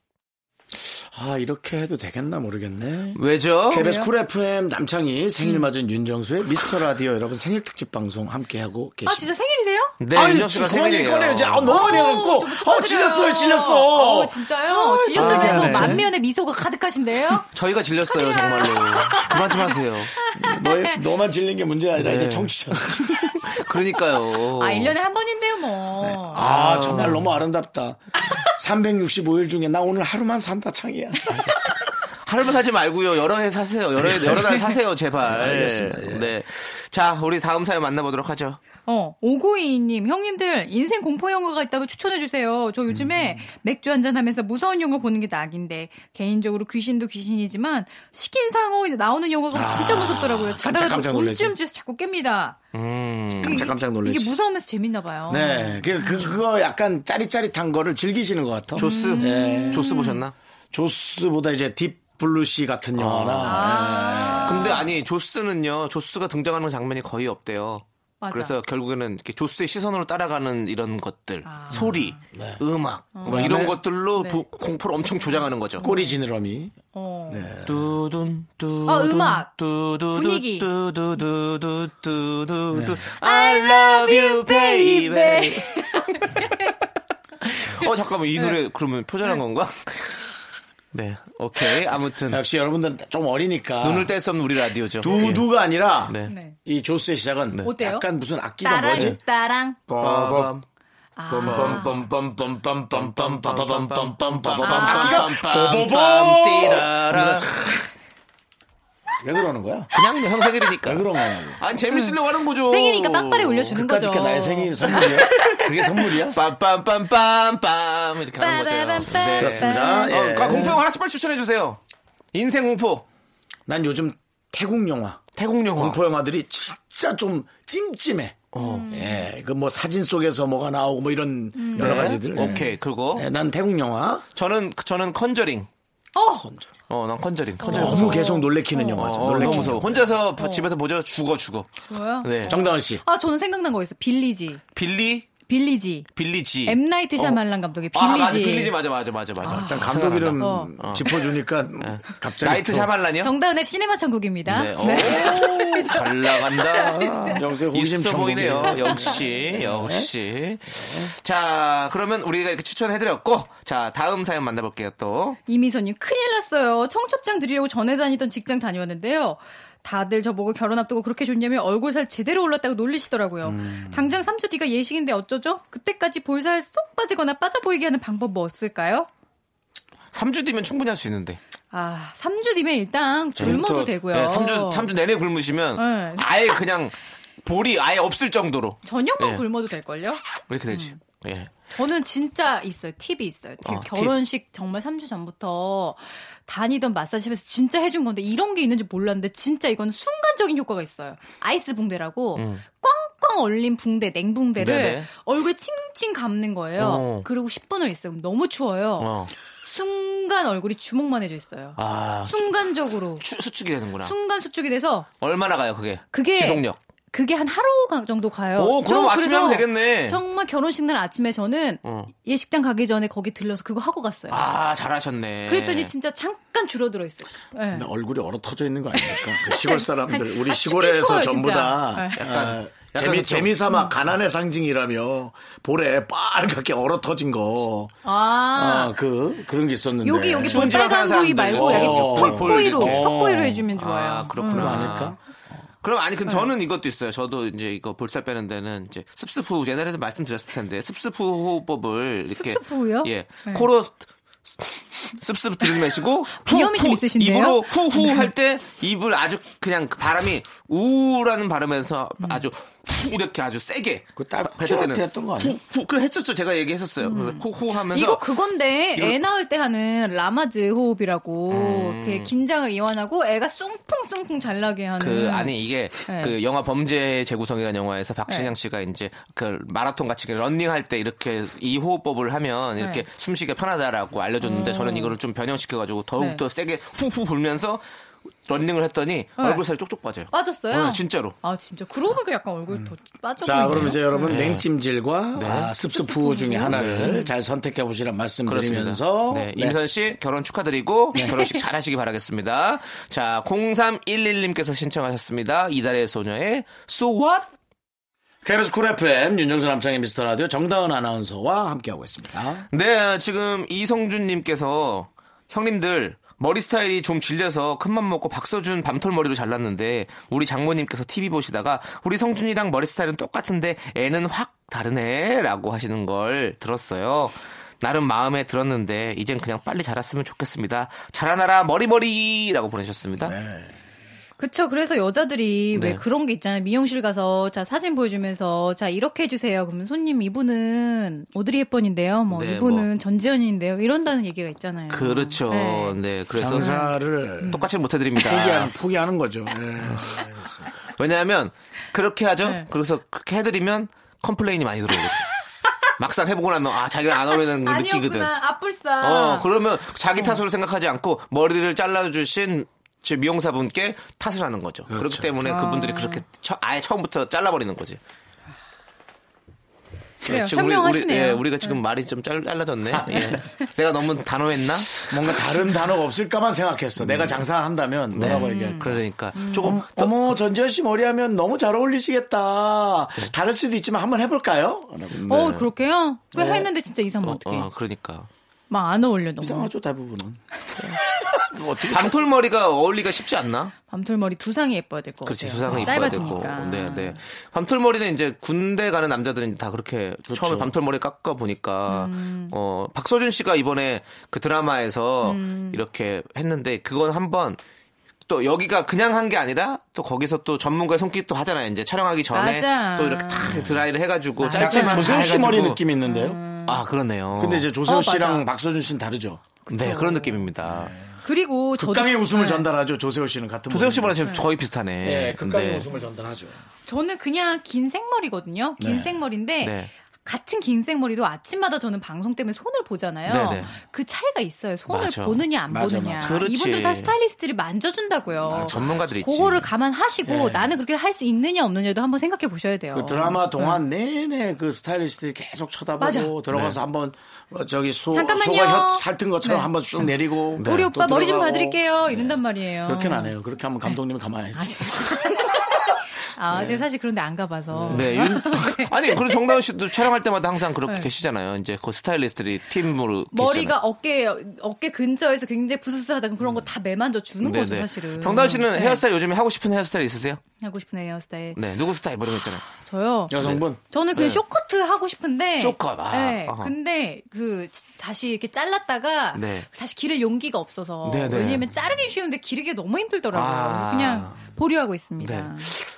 Speaker 2: 아 이렇게 해도 되겠나 모르겠네.
Speaker 3: 어, 왜죠?
Speaker 2: KBS 쿨 FM 남창희 생일 맞은 윤정수의 미스터 라디오 여러분 생일 특집 방송 함께 하고 계십니다.
Speaker 8: 아, 진짜 생일이세요?
Speaker 3: 네,
Speaker 2: 아니,
Speaker 3: 윤정 씨가
Speaker 2: 그만
Speaker 3: 생일이에요.
Speaker 2: 꺼내야지. 아, 너무 많이
Speaker 8: 어,
Speaker 2: 해갖고. 어,
Speaker 8: 좀 축하드려요.
Speaker 2: 질렸어요, 질렸어. 아, 네.
Speaker 8: 어, 진짜요? 질렸다면서
Speaker 2: 미안해.
Speaker 8: 만면에 미소가 가득하신데요?
Speaker 2: 네.
Speaker 3: 저희가 질렸어요 정말로. 그만 좀 하세요.
Speaker 2: 너의, 너만 질린 게 문제가 아니라
Speaker 3: 네.
Speaker 2: 이제 정치자.
Speaker 3: 그러니까요.
Speaker 8: 아, 1년에 한 번인데요, 뭐.
Speaker 2: 아, 정말 너무 아름답다. 365일 중에 나 오늘 하루만 산다, 창이야.
Speaker 3: 하루만 사지 말고요. 여러 해 사세요. 여러 해, 여러 날 사세요, 제발.
Speaker 2: 알겠습니다. 예.
Speaker 3: 네. 자, 우리 다음 사연 만나보도록 하죠.
Speaker 8: 어, 5922님, 형님들, 인생 공포 영화가 있다면 추천해주세요. 저
Speaker 2: 음.
Speaker 8: 요즘에 맥주 한잔 하면서 무서운 영화 보는 게 낙인데, 개인적으로 귀신도 귀신이지만, 식인상어 나오는 영화가 진짜
Speaker 2: 아,
Speaker 8: 무섭더라고요.
Speaker 2: 깜짝
Speaker 8: 자다가
Speaker 2: 깜짝 놀라지.
Speaker 8: 울지음지에서 자꾸 깹니다.
Speaker 3: 음.
Speaker 2: 깜짝 깜짝 놀라지.
Speaker 8: 이게 무서우면서 재밌나 봐요.
Speaker 2: 네, 그, 그, 그거 약간 짜릿짜릿한 거를 즐기시는 것 같아.
Speaker 3: 조스?
Speaker 2: 네.
Speaker 3: 조스 보셨나?
Speaker 2: 조스보다 이제 딥블루시 같은 영화나.
Speaker 3: 아.
Speaker 2: 네.
Speaker 3: 근데 아니, 조스는요, 조스가 등장하는 장면이 거의 없대요.
Speaker 8: 맞아.
Speaker 3: 그래서 결국에는 이렇게 조스의 시선으로 따라가는 이런 것들, 소리, 음악, 뭐
Speaker 2: 그다음에-
Speaker 3: 이런 것들로 부- 공포를 엄청 조장하는 거죠.
Speaker 2: 예. 꼬리 지느러미.
Speaker 8: 어.
Speaker 2: 네.
Speaker 3: 두둔 두둔
Speaker 8: 아, 음악.
Speaker 3: 두두두
Speaker 8: 분위기.
Speaker 3: 두두두두두두두 I love you baby 어 잠깐만 이 노래 그러면 표절한 건가? 네 오케이 아무튼
Speaker 2: 역시 여러분들은 좀 어리니까.
Speaker 3: 눈을 뗄 수 없는 우리 라디오죠
Speaker 2: 두두가 아니라.
Speaker 3: 예. 네
Speaker 8: 네.
Speaker 2: 이 조스의 시작은
Speaker 8: 어때요?
Speaker 2: 약간 무슨 악기가
Speaker 8: 따랑,
Speaker 2: 그러니까 뭐지? 어,
Speaker 8: 따랑.
Speaker 3: 빠밤
Speaker 2: 뽀뽀뽀!
Speaker 3: 띠라라
Speaker 2: 왜 그러는 거야?
Speaker 3: 그냥 형
Speaker 2: 왜
Speaker 3: 생일이니까
Speaker 2: 그런 거냐고.
Speaker 3: 아니 재밌으려고 하는 거죠
Speaker 8: 생일이니까 빡빡이 올려주는 거죠.
Speaker 2: 끝까지 나의 생일 선물이야? 그게 선물이야?
Speaker 3: 빰빰빰빰빰 이렇게 하는 거죠.
Speaker 8: 빠바밤빰.
Speaker 3: 네.
Speaker 2: 그렇습니다.
Speaker 3: 어,
Speaker 2: 예.
Speaker 3: 아, 공포 영화 하나씩 빨리 추천해 주세요. 인생 공포,
Speaker 2: 난 요즘 태국 영화,
Speaker 3: 태국 영화.
Speaker 2: 공포 영화들이 진짜 좀 찜찜해. 예, 그 뭐 사진 속에서 뭐가 나오고 뭐 이런 여러 가지들. 예.
Speaker 3: 네. 오케이 그리고
Speaker 2: 예, 난 태국 영화
Speaker 3: 저는 저는 컨저링.
Speaker 8: 어!
Speaker 3: 어, 난 컨저링. 컨저링.
Speaker 2: 너무 계속 놀래키는
Speaker 3: 어,
Speaker 2: 영화죠.
Speaker 3: 너무
Speaker 2: 놀래키는.
Speaker 3: 무서워. 혼자서 집에서 보자 죽어 죽어.
Speaker 8: 뭐야?
Speaker 3: 네.
Speaker 2: 정다은 씨.
Speaker 8: 아, 저는 생각난 거 있어. 빌리지.
Speaker 3: 빌리
Speaker 8: 빌리지.
Speaker 3: 빌리지.
Speaker 8: 엠나이트 샤말란 감독의
Speaker 2: 어.
Speaker 8: 빌리지.
Speaker 3: 아, 맞아. 빌리지 맞아 맞아 맞아 맞아.
Speaker 2: 일단 감독 이름
Speaker 8: 어.
Speaker 2: 짚어주니까 갑자기
Speaker 3: 라이트
Speaker 2: 또
Speaker 3: 샤말란이요?
Speaker 8: 정다은의 시네마 천국입니다.
Speaker 2: 어.
Speaker 3: 네. 오, 잘
Speaker 8: 네.
Speaker 3: 나간다.
Speaker 2: 정수의 호기심
Speaker 3: 있어
Speaker 2: 천국이에요. 네.
Speaker 3: 보이네요. 역시, 역시. 자, 그러면 우리가 이렇게 추천해드렸고, 자, 다음 사연 만나볼게요, 또.
Speaker 8: 이미선님 큰일 났어요. 청첩장 드리려고 전에 다니던 직장 다녀왔는데요. 다들 저보고 결혼 앞두고 그렇게 좋냐며 얼굴 살 제대로 올랐다고 놀리시더라고요.
Speaker 3: 음.
Speaker 8: 당장 3주 뒤가 예식인데 어쩌죠? 그때까지 볼살 쏙 빠지거나 빠져 보이게 하는 방법 뭐 없을까요?
Speaker 3: 3주 뒤면 충분히 할 수 있는데.
Speaker 8: 아, 3주 뒤면 일단
Speaker 3: 네,
Speaker 8: 굶어도 되고요.
Speaker 3: 3주, 3주 내내 굶으시면,
Speaker 8: 네.
Speaker 3: 아예 그냥, 볼이 아예 없을 정도로.
Speaker 8: 저녁만
Speaker 3: 예.
Speaker 8: 굶어도 될걸요?
Speaker 3: 이렇게 되지.
Speaker 8: 음.
Speaker 3: 예.
Speaker 8: 저는 진짜 있어요. 팁이 있어요. 제가
Speaker 3: 어, 팁.
Speaker 8: 결혼식 정말 3주 전부터 다니던 마사지샵에서 진짜 해준 건데 이런 게 있는지 몰랐는데 진짜 이건 순간적인 효과가 있어요. 아이스 붕대라고 꽝꽝 얼린 붕대, 냉붕대를
Speaker 3: 음. 네네.
Speaker 8: 얼굴에 칭칭 감는 거예요.
Speaker 3: 어.
Speaker 8: 그리고 10분을 있어요. 그럼 너무 추워요.
Speaker 3: 어.
Speaker 8: 순간 얼굴이 주먹만 해져 있어요.
Speaker 3: 아,
Speaker 8: 순간적으로.
Speaker 3: 추- 수축이 되는구나.
Speaker 8: 순간 수축이 돼서
Speaker 3: 얼마나 가요, 그게?
Speaker 8: 그게
Speaker 3: 지속력.
Speaker 8: 그게 한 하루 가- 정도 가요.
Speaker 3: 오, 그럼
Speaker 8: 저
Speaker 3: 아침에
Speaker 8: 그래서
Speaker 3: 하면 되겠네.
Speaker 8: 정말 결혼식 날 아침에 저는
Speaker 3: 어.
Speaker 8: 예식장 가기 전에 거기 들러서 그거 하고 갔어요.
Speaker 3: 아, 잘하셨네.
Speaker 8: 그랬더니 진짜 잠깐 줄어들어 있어요. 네.
Speaker 2: 근데 얼굴이 얼어 터져 있는 거 아닙니까? 그 시골 사람들 우리
Speaker 8: 아,
Speaker 2: 시골에서
Speaker 8: 춥긴 추워요,
Speaker 2: 전부 다
Speaker 8: 진짜.
Speaker 2: 아,
Speaker 3: 약간
Speaker 2: 재미
Speaker 3: 그렇죠.
Speaker 2: 재미 삼아 가난의 상징이라며 볼에 빨갛게 얼어 터진 거.
Speaker 8: 아,
Speaker 2: 아, 그 그런 게 있었는데.
Speaker 8: 여기 여기
Speaker 3: 네. 추운
Speaker 8: 볼
Speaker 3: 지방
Speaker 8: 빨간
Speaker 3: 사는
Speaker 8: 부위
Speaker 3: 사람들.
Speaker 8: 말고
Speaker 2: 어.
Speaker 8: 여기
Speaker 2: 볼,
Speaker 3: 볼
Speaker 8: 턱고이로
Speaker 3: 이렇게.
Speaker 8: 턱고이로 해주면 좋아요.
Speaker 3: 아, 그렇구나.
Speaker 8: 음. 네.
Speaker 2: 아닐까?
Speaker 3: 그럼 아니 그럼 저는 이것도 있어요. 저도 이제 이거 볼살 빼는 데는 이제 습스푸 옛날에도 말씀드렸을 텐데 습스푸 호흡법을 이렇게
Speaker 8: 습스푸요?
Speaker 3: 예
Speaker 8: 네.
Speaker 3: 코로 습습 들이마시고
Speaker 8: 비염이 좀
Speaker 3: 후, 후,
Speaker 8: 있으신데요? 네.
Speaker 3: 입으로 후후 할 때 입을 아주 그냥 그 바람이 우라는 발음에서 아주 후 이렇게 아주 세게
Speaker 2: 그딸
Speaker 3: 뱉을
Speaker 2: 때 했던 거 아니야?
Speaker 3: 후후 그래 했었죠. 제가 얘기했었어요. 그래서 후후 하면서
Speaker 8: 음. 이거 그건데
Speaker 3: 이거- 음.
Speaker 8: 애 낳을 때 하는 라마즈 호흡이라고 이렇게 긴장을 이완하고 애가 쑹풍쑹풍 잘 나게 하는.
Speaker 3: 그 아니 이게
Speaker 8: 네.
Speaker 3: 그 영화 범죄의 재구성이라는 영화에서 박신양 씨가 이제 그 마라톤 같이 런닝 할 때 이렇게 이 호흡법을 하면 이렇게
Speaker 8: 네.
Speaker 3: 숨쉬기 가 편하다라고 알려줬는데 저는 이거를 좀 변형시켜 가지고 더욱
Speaker 8: 네.
Speaker 3: 더 세게 후후 불면서 런닝을 했더니 얼굴 살이 쪽쪽 빠져요.
Speaker 8: 빠졌어요.
Speaker 3: 어, 진짜로. 음.
Speaker 8: 아 진짜 그러고 보니까 약간 얼굴 더 빠져
Speaker 2: 자,
Speaker 8: 보이네요.
Speaker 2: 그럼 이제 여러분 냉찜질과 아, 습습후 중에 하나를 잘 선택해 보시란 말씀드리면서
Speaker 3: 그렇습니다. 네, 임선 씨 결혼 축하드리고
Speaker 8: 네.
Speaker 3: 결혼식 잘 하시기 바라겠습니다. 자, 0311님께서 신청하셨습니다. 이달의 소녀의 So What?
Speaker 2: KBS 쿨 FM 윤정수 남창의 미스터 라디오 정다은 아나운서와 함께하고 있습니다.
Speaker 3: 네, 지금 이성준님께서 형님들 머리 스타일이 좀 질려서 큰맘 먹고 박서준 밤톨머리로 잘랐는데 우리 장모님께서 TV 보시다가 우리 성준이랑 머리 스타일은 똑같은데 애는 확 다르네라고 하시는 걸 들었어요. 나름 마음에 들었는데 이젠 그냥 빨리 자랐으면 좋겠습니다. 자라나라 머리머리라고 보내셨습니다.
Speaker 2: 네.
Speaker 8: 그쵸. 그래서 여자들이
Speaker 3: 네.
Speaker 8: 왜 그런 게 있잖아요. 미용실 가서 자 사진 보여주면서 자 이렇게 해주세요. 그러면 손님 이분은 오드리 헵번인데요. 뭐
Speaker 3: 네,
Speaker 8: 이분은
Speaker 3: 뭐.
Speaker 8: 전지현인데요. 이런다는 얘기가 있잖아요.
Speaker 3: 그렇죠.
Speaker 8: 네.
Speaker 3: 네. 그래서 음.
Speaker 2: 장사를
Speaker 3: 똑같이 못 해드립니다.
Speaker 2: 포기하는, 포기하는 거죠. 예.
Speaker 3: 왜냐하면 그렇게 하죠.
Speaker 8: 네.
Speaker 3: 그래서 그렇게 해드리면 컴플레인이 많이 들어오거든. 막상 해보고 나면 아 자기랑 안 어울리는 걸 느끼거든.
Speaker 8: 아니었구나. 아뿔싸.
Speaker 3: 어 그러면 자기 탓으로 생각하지 않고 머리를 잘라주신 제 미용사분께 탓을 하는 거죠. 그렇기 때문에
Speaker 8: 아.
Speaker 3: 그분들이 그렇게 처- 아예 처음부터 잘라버리는 거지. 예,
Speaker 8: 그래요.
Speaker 3: 지금 우리, 우리,
Speaker 8: 현명하시네요.
Speaker 3: 예, 우리가 지금 말이 좀 짤- 잘라졌네.
Speaker 2: 아,
Speaker 3: 예. 내가 너무 단호했나?
Speaker 2: 뭔가 다른 단어가 없을까만 생각했어.
Speaker 3: 네.
Speaker 2: 내가 장사를 한다면 뭐라고 얘기할까?
Speaker 3: 그러니까
Speaker 8: 음.
Speaker 3: 조금 더
Speaker 2: 어머 전지현 씨 머리하면 너무 잘 어울리시겠다.
Speaker 3: 그렇죠.
Speaker 2: 다를 수도 있지만 한번 해볼까요? 라고.
Speaker 3: 음.
Speaker 8: 어 그렇게요? 왜 했는데 진짜
Speaker 3: 네.
Speaker 8: 이상하면 어,
Speaker 3: 어,
Speaker 8: 떻게
Speaker 3: 어, 그러니까
Speaker 8: 막 안 어울려 너무.
Speaker 2: 이상하죠 대부분은.
Speaker 3: 그 밤톨머리가 어울리기가 쉽지 않나?
Speaker 8: 밤톨머리 두상이 예뻐야 될 것 같아요.
Speaker 3: 그렇지 수상은 입어야
Speaker 8: 짧아지니까.
Speaker 3: 되고. 네, 네. 밤털머리는 이제 군대 가는 남자들은 다 그렇게
Speaker 8: 그렇죠.
Speaker 3: 처음에 밤털머리 깎아 보니까
Speaker 8: 음.
Speaker 3: 어 박서준 씨가 이번에 그 드라마에서
Speaker 8: 음.
Speaker 3: 이렇게 했는데 그건 한번 또 여기가 그냥 한 게 아니라 또 거기서 또 전문가의 손길 또 하잖아요. 이제 촬영하기 전에
Speaker 8: 맞아. 음.
Speaker 3: 또 이렇게 탁 드라이를 해가지고
Speaker 8: 맞아.
Speaker 3: 짧지만
Speaker 2: 약간
Speaker 3: 다
Speaker 2: 조세호 씨
Speaker 3: 해가지고.
Speaker 2: 머리 느낌 이 있는데요.
Speaker 3: 아 그러네요.
Speaker 2: 근데 이제 조세호
Speaker 8: 어,
Speaker 2: 씨랑
Speaker 8: 맞아.
Speaker 2: 박서준 씨는 다르죠.
Speaker 3: 네 그런 느낌입니다.
Speaker 8: 그리고 저도
Speaker 2: 극강의 웃음을
Speaker 8: 네.
Speaker 2: 전달하죠. 조세호 씨는 같은
Speaker 3: 조세호 씨
Speaker 2: 머리인데.
Speaker 3: 보다 지금 거의 비슷하네.
Speaker 2: 예, 극강의
Speaker 3: 근데
Speaker 2: 웃음을 전달하죠.
Speaker 8: 저는 그냥 긴 생머리거든요. 긴
Speaker 2: 네.
Speaker 8: 생머리인데
Speaker 3: 네.
Speaker 8: 같은 긴 생머리도 아침마다 저는 방송 때문에 손을 보잖아요.
Speaker 3: 네, 네.
Speaker 8: 그 차이가 있어요. 손을
Speaker 3: 맞아.
Speaker 8: 보느냐 안
Speaker 2: 맞아,
Speaker 8: 보느냐.
Speaker 2: 맞아.
Speaker 3: 그렇지. 아,
Speaker 8: 이분들 다 스타일리스트들이 만져준다고요.
Speaker 3: 전문가들이 있지. 네.
Speaker 8: 그거를 감안하시고 나는 그렇게 할 수 있느냐 없느냐도 한번 생각해 보셔야 돼요.
Speaker 2: 그 드라마 동안 내내 그 스타일리스트들이 계속 쳐다보고
Speaker 8: 네. 맞아.
Speaker 3: 네.
Speaker 2: 들어가서 한번 어, 저기 소,
Speaker 8: 잠깐만요.
Speaker 2: 소가 혀 살튼 것처럼
Speaker 8: 네.
Speaker 2: 한번 쑥 내리고
Speaker 3: 네.
Speaker 8: 우리
Speaker 2: 또
Speaker 8: 오빠 머리 좀
Speaker 2: 들어가고.
Speaker 8: 봐드릴게요. 아. 네. 이런단 말이에요.
Speaker 2: 그렇게는 안 해요. 그렇게 하면 감독님이 가만히 있지.
Speaker 8: 아, 제가 사실 그런데 안 가봐서.
Speaker 3: 네. 윤- 아니, 그리고 정다은 씨도 촬영할 때마다 항상 그렇게 계시잖아요. 이제 그 스타일리스트들이 팀으로.
Speaker 8: 네.
Speaker 3: 계시잖아요.
Speaker 8: 머리가 어깨 어깨 근처에서 굉장히 부스스하다 그런 거 다 매만져 주는
Speaker 3: 네,
Speaker 8: 거죠
Speaker 3: 네.
Speaker 8: 사실은.
Speaker 3: 정다은 씨는
Speaker 8: 네.
Speaker 3: 헤어스타일 요즘에 하고 싶은 헤어스타일 있으세요?
Speaker 8: 하고 싶은 헤어스타일.
Speaker 3: 네. 누구 스타일 뭐 이런 거 있잖아요.
Speaker 8: 저요.
Speaker 2: 여성분.
Speaker 8: 저는 그냥 쇼커트 하고 싶은데.
Speaker 3: 네. 쇼컷, 아,
Speaker 8: 네.
Speaker 3: 아하.
Speaker 8: 근데 그 다시 이렇게 잘랐다가
Speaker 3: 네.
Speaker 8: 다시 기를 용기가 없어서
Speaker 3: 네, 네.
Speaker 8: 왜냐면 자르긴 쉬운데 기르기 너무 힘들더라고요.
Speaker 3: 아.
Speaker 8: 그래서 그냥 보류하고 있습니다.
Speaker 3: 네.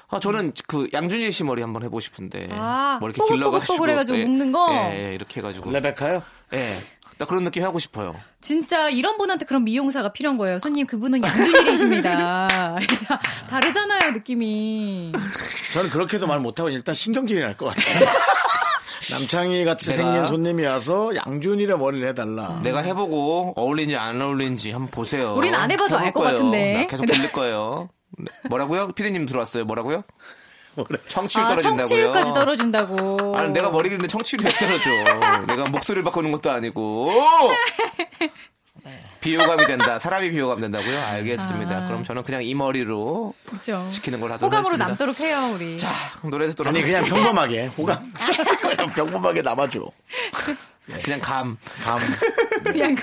Speaker 3: 아, 저는 그 양준일 씨 머리 한번 해보고 싶은데.
Speaker 8: 아,
Speaker 3: 머리 이렇게
Speaker 8: 뽀글뽀글
Speaker 3: 길러가지고.
Speaker 8: 뽀글해가지고 묶는 거?
Speaker 3: 예, 예, 이렇게 해가지고.
Speaker 2: 레베카요?
Speaker 3: 예. 나 그런 느낌 하고 싶어요.
Speaker 8: 진짜 이런 분한테 그런 미용사가 필요한 거예요. 손님 그분은 양준일이십니다. 다르잖아요 느낌이.
Speaker 2: 저는 그렇게도 말 못하고 일단 신경질이 날 것 같아요. 남창희 같이
Speaker 3: 내가- 네.
Speaker 2: 생긴 손님이 와서 양준일의 머리를 해달라.
Speaker 3: 내가 해보고 어울리는지 안 어울리는지 한번 보세요.
Speaker 8: 아. 우린 안 해봐도
Speaker 3: 해볼
Speaker 8: 알것
Speaker 3: 거예요.
Speaker 8: 같은데.
Speaker 3: 나 계속 돌릴 거예요. 네. 뭐라고요? 피디님 들어왔어요. 뭐라고요? 청취율
Speaker 8: 아
Speaker 3: 떨어진다고요?
Speaker 8: 청취율까지 떨어진다고.
Speaker 3: 아니 내가 머리 길는데 청취율이 없잖아죠 그렇죠. 내가 목소리를 바꾸는 것도 아니고 비호감이 된다. 사람이 비호감 된다고요? 알겠습니다. 그럼 저는 그냥 이 머리로
Speaker 8: 그렇죠.
Speaker 3: 시키는 걸 하도록
Speaker 8: 호감으로
Speaker 3: 하겠습니다.
Speaker 8: 남도록 해요 우리.
Speaker 3: 자 그럼 노래 듣도록
Speaker 2: 아니 그냥
Speaker 3: 하겠습니다.
Speaker 2: 평범하게 호감
Speaker 8: 아.
Speaker 2: 그냥 평범하게 남아줘.
Speaker 3: 그냥 감.
Speaker 2: 감
Speaker 8: 그냥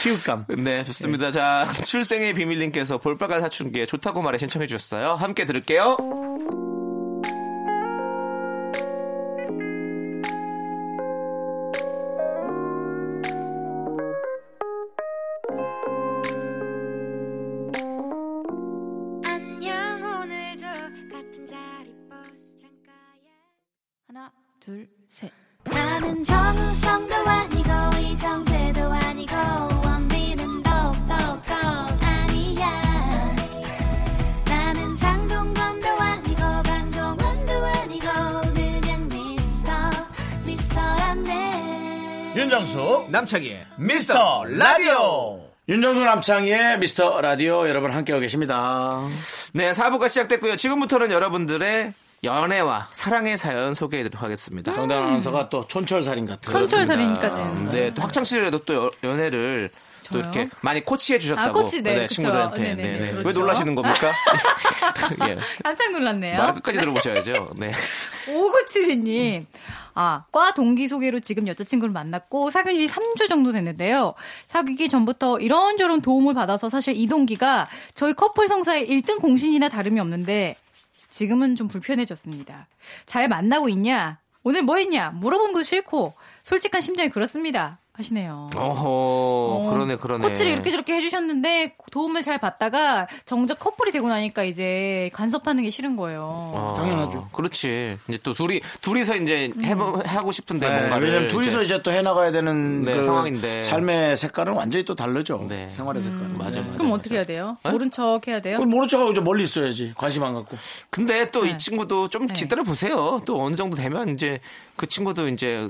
Speaker 2: 키우감.
Speaker 3: 네 좋습니다. 자 출생의 비밀님께서 볼빨간 사춘기에 좋다고 말해 신청해 주셨어요. 함께 들을게요.
Speaker 5: 안녕 오늘도 같은 자리 버스 창가야
Speaker 8: 하나 둘 셋.
Speaker 5: 나는 정우성도 아니고 이정재도 아니고 원빈은 더욱더 아니야 나는 장동건도 아니고 강동원도 아니고 그냥 미스터 미스터란데
Speaker 6: 윤정수 남창희의 미스터 라디오
Speaker 2: 윤정수 남창희의 미스터 라디오 여러분 함께하고 계십니다.
Speaker 3: 네, 4부가 시작됐고요. 지금부터는 여러분들의 연애와 사랑의 사연 소개해드리도록 하겠습니다.
Speaker 2: 정단 아나운서가 또 촌철살인 같은.
Speaker 8: 천철살인까지.
Speaker 3: 네, 또 학창 시절에도 또 여- 연애를 또
Speaker 8: 저요?
Speaker 3: 이렇게 많이 코치해 주셨다고
Speaker 8: 아, 코치, 네, 그쵸.
Speaker 3: 친구들한테
Speaker 8: 네네네,
Speaker 3: 네, 네. 왜
Speaker 8: 그렇죠.
Speaker 3: 놀라시는 겁니까? 예.
Speaker 8: 깜짝 놀랐네요.
Speaker 3: 말 끝까지 들어보셔야죠. 네.
Speaker 8: 5972님. 아, 과 동기 소개로 지금 여자친구를 만났고 사귄 지 3주 정도 됐는데요. 사귀기 전부터 이런저런 도움을 받아서 사실 이 동기가 저희 커플 성사의 1등 공신이나 다름이 없는데 지금은 좀 불편해졌습니다. 잘 만나고 있냐? 오늘 뭐 했냐? 물어본 것도 싫고 솔직한 심정이 그렇습니다. 하시네요.
Speaker 3: 어허,
Speaker 8: 어,
Speaker 3: 그러네, 그러네.
Speaker 8: 코치를 이렇게 저렇게 해주셨는데 도움을 잘 받다가 정작 커플이 되고 나니까 이제 간섭하는 게 싫은 거예요.
Speaker 3: 어,
Speaker 2: 당연하죠.
Speaker 3: 그렇지. 이제 또 둘이 둘이서 이제 해보,
Speaker 8: 음.
Speaker 3: 하고 싶은데
Speaker 2: 네,
Speaker 3: 뭔가를
Speaker 2: 왜냐면 둘이서 이제, 또 해나가야 되는
Speaker 3: 네,
Speaker 2: 그
Speaker 3: 상황인데.
Speaker 2: 삶의 색깔은 완전히 또 다르죠.
Speaker 3: 네.
Speaker 2: 생활의 색깔은.
Speaker 3: 맞아,
Speaker 2: 네.
Speaker 3: 맞아.
Speaker 8: 그럼 어떻게 해야 돼요?
Speaker 3: 네?
Speaker 8: 모른 척 해야 돼요?
Speaker 2: 그럼 모른 척하고 좀 멀리 있어야지. 관심 안 갖고.
Speaker 3: 근데 또 이
Speaker 8: 네.
Speaker 3: 친구도 좀
Speaker 8: 네.
Speaker 3: 기다려 보세요. 또 어느 정도 되면 이제 그 친구도 이제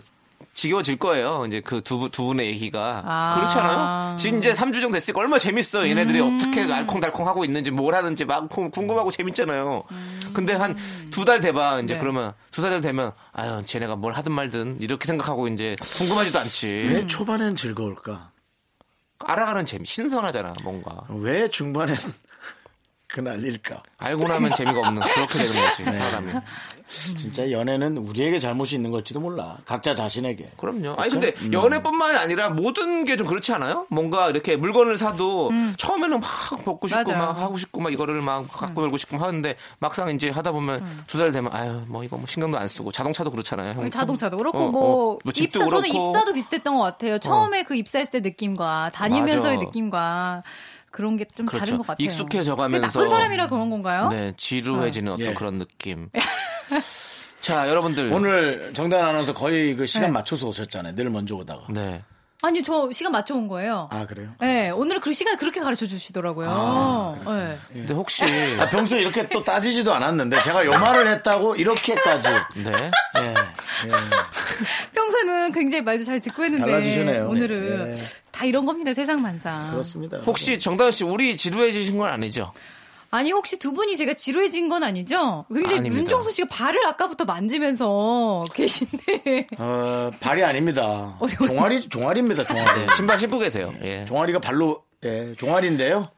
Speaker 3: 지겨워질 거예요. 이제 그 두 두 분의 얘기가
Speaker 8: 아.
Speaker 3: 그렇잖아요. 지- 이제 3주 정도 됐으니까 얼마 나 재밌어. 얘네들이
Speaker 8: 음.
Speaker 3: 어떻게 알콩달콩 하고 있는지 뭘 하는지 막 궁- 궁금하고 재밌잖아요. 근데 한 두 달 돼봐. 이제
Speaker 8: 음. 네.
Speaker 3: 그러면 두 달 되면 아유 쟤네가 뭘 하든 말든 이렇게 생각하고 이제 궁금하지도 않지.
Speaker 2: 왜 초반엔 즐거울까?
Speaker 3: 알아가는 재미 신선하잖아 뭔가.
Speaker 2: 왜 중반엔 그 난리일까?
Speaker 3: 알고 나면 재미가 없는 그렇게 되는 거지 사람이.
Speaker 2: 진짜 연애는 우리에게 잘못이 있는 걸지도 몰라. 각자 자신에게.
Speaker 3: 그럼요. 아니 근데 연애뿐만 아니라 모든 게 좀 그렇지 않아요? 뭔가 이렇게 물건을 사도 처음에는 막 벗고 싶고
Speaker 8: 맞아요. 음.
Speaker 3: 막 하고 싶고 막 이거를 막 갖고 놀고 싶고 하는데 막상 이제 하다 보면 두 달 되면 아유 뭐 이거 뭐 신경도 안 쓰고 자동차도 그렇잖아요. 형.
Speaker 8: 자동차도 그렇고
Speaker 3: 어, 어.
Speaker 8: 뭐,
Speaker 3: 집도
Speaker 8: 입사 저는
Speaker 3: 그렇고. 어.
Speaker 8: 입사도 비슷했던 것 같아요. 처음에 그 입사했을 때 느낌과 다니면서의
Speaker 3: 맞아.
Speaker 8: 느낌과 그런 게 좀
Speaker 3: 그렇죠.
Speaker 8: 다른 것 같아요.
Speaker 3: 익숙해져가면서.
Speaker 8: 나쁜 사람이라 그런 건가요?
Speaker 3: 네 지루해지는 어떤
Speaker 2: 예.
Speaker 3: 그런 느낌. 자 여러분들
Speaker 2: 오늘 정단 아나운서 거의 그
Speaker 8: 네.
Speaker 2: 시간 맞춰서 오셨잖아요. 늘 먼저 오다가.
Speaker 3: 네
Speaker 8: 아니 저 시간 맞춰 온 거예요.
Speaker 2: 아, 그래요?
Speaker 8: 네, 오늘은 그 시간 그렇게 가르쳐 주시더라고요.
Speaker 3: 아,
Speaker 8: 네.
Speaker 3: 근데 혹시
Speaker 2: 아, 평소에 이렇게 또 따지지도 않았는데 제가 요 말을 했다고 이렇게까지.
Speaker 3: 네
Speaker 2: 예.
Speaker 8: 평소에는 굉장히 말도 잘 듣고 했는데
Speaker 2: 달라지시네요.
Speaker 8: 오늘은
Speaker 2: 네.
Speaker 8: 다 이런 겁니다 세상 만상.
Speaker 2: 그렇습니다.
Speaker 3: 혹시 정다은 씨 우리 지루해지신 건 아니죠?
Speaker 8: 아니 혹시 두 분이 제가 지루해진 건 아니죠? 굉장히
Speaker 3: 아닙니다.
Speaker 8: 윤정수 씨가 발을 아까부터 만지면서 계신데
Speaker 2: 어, 발이 아닙니다.
Speaker 8: 어디, 네. 어디?
Speaker 2: 종아리 종아리입니다. 종아리.
Speaker 3: 네, 신발 신고 계세요. 예.
Speaker 2: 종아리가 발로 예, 종아리인데요.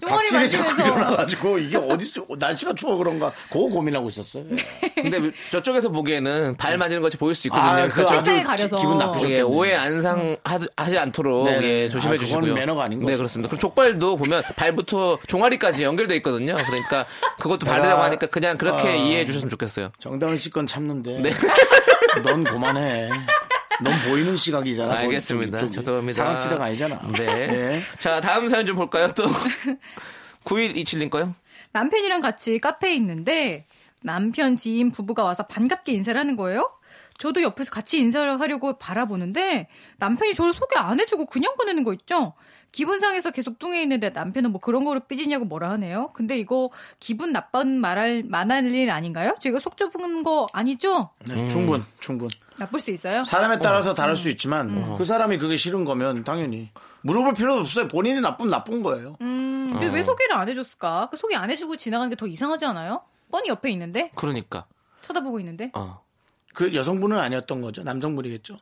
Speaker 8: 종아리
Speaker 2: 각질이 자꾸
Speaker 8: 만지면서
Speaker 2: 일어나가지고 이게 어디서 날씨가 추워 그런가 그거 고민하고 있었어요.
Speaker 8: 네.
Speaker 3: 근데 저쪽에서 보기에는 발 만지는 것이 보일 수 있거든요.
Speaker 2: 아, 그
Speaker 3: 네. 그렇죠?
Speaker 8: 책상에
Speaker 2: 아주
Speaker 8: 가려서.
Speaker 2: 기, 기분
Speaker 3: 예,
Speaker 2: 나쁘셨겠네.
Speaker 3: 오해 안상 하- 하지 않도록
Speaker 2: 네, 네.
Speaker 3: 예, 조심해
Speaker 2: 아, 그건
Speaker 3: 주시고요.
Speaker 2: 매너가 아닌 거죠.
Speaker 3: 네 그렇습니다. 그리고 족발도 보면 발부터 종아리까지 연결돼 있거든요. 그러니까 그것도
Speaker 2: 내가-
Speaker 3: 발이라고 하니까 그냥 그렇게
Speaker 2: 아.
Speaker 3: 이해해 주셨으면 좋겠어요.
Speaker 2: 정다은 씨 건 참는데.
Speaker 3: 네.
Speaker 2: 넌 그만해. 넌 보이는 시각이잖아. 거기
Speaker 3: 알겠습니다.
Speaker 2: 이쪽이.
Speaker 3: 죄송합니다.
Speaker 2: 사각지대가 아니잖아.
Speaker 3: 네.
Speaker 2: 예.
Speaker 3: 자 다음 사연 좀 볼까요? 또 9127님 거요.
Speaker 8: 남편이랑 같이 카페에 있는데 남편 지인 부부가 와서 반갑게 인사를 하는 거예요. 저도 옆에서 같이 인사를 하려고 바라보는데 남편이 저를 소개 안 해주고 그냥 보내는 거 있죠. 기분 상해서 계속 뚱해 있는데 남편은 뭐 그런 거로 삐지냐고 뭐라 하네요. 근데 이거 기분 나쁜 말할 만한 일 아닌가요? 제가 속 좁은 거 아니죠?
Speaker 2: 네,
Speaker 3: 음.
Speaker 2: 충분, 충분.
Speaker 8: 나쁠 수 있어요.
Speaker 2: 사람에 따라서 다를 수 있지만
Speaker 3: 음.
Speaker 2: 그 사람이 그게 싫은 거면 당연히 물어볼 필요도 없어요. 본인이 나쁜 나쁜 거예요.
Speaker 8: 음,
Speaker 3: 어.
Speaker 8: 근데 왜 소개를 안 해줬을까? 그 소개 안 해주고 지나가는 게 더 이상하지 않아요? 뻔히 옆에 있는데
Speaker 3: 그러니까
Speaker 8: 쳐다보고 있는데
Speaker 3: 어.
Speaker 2: 그 여성분은 아니었던 거죠. 남성분이겠죠.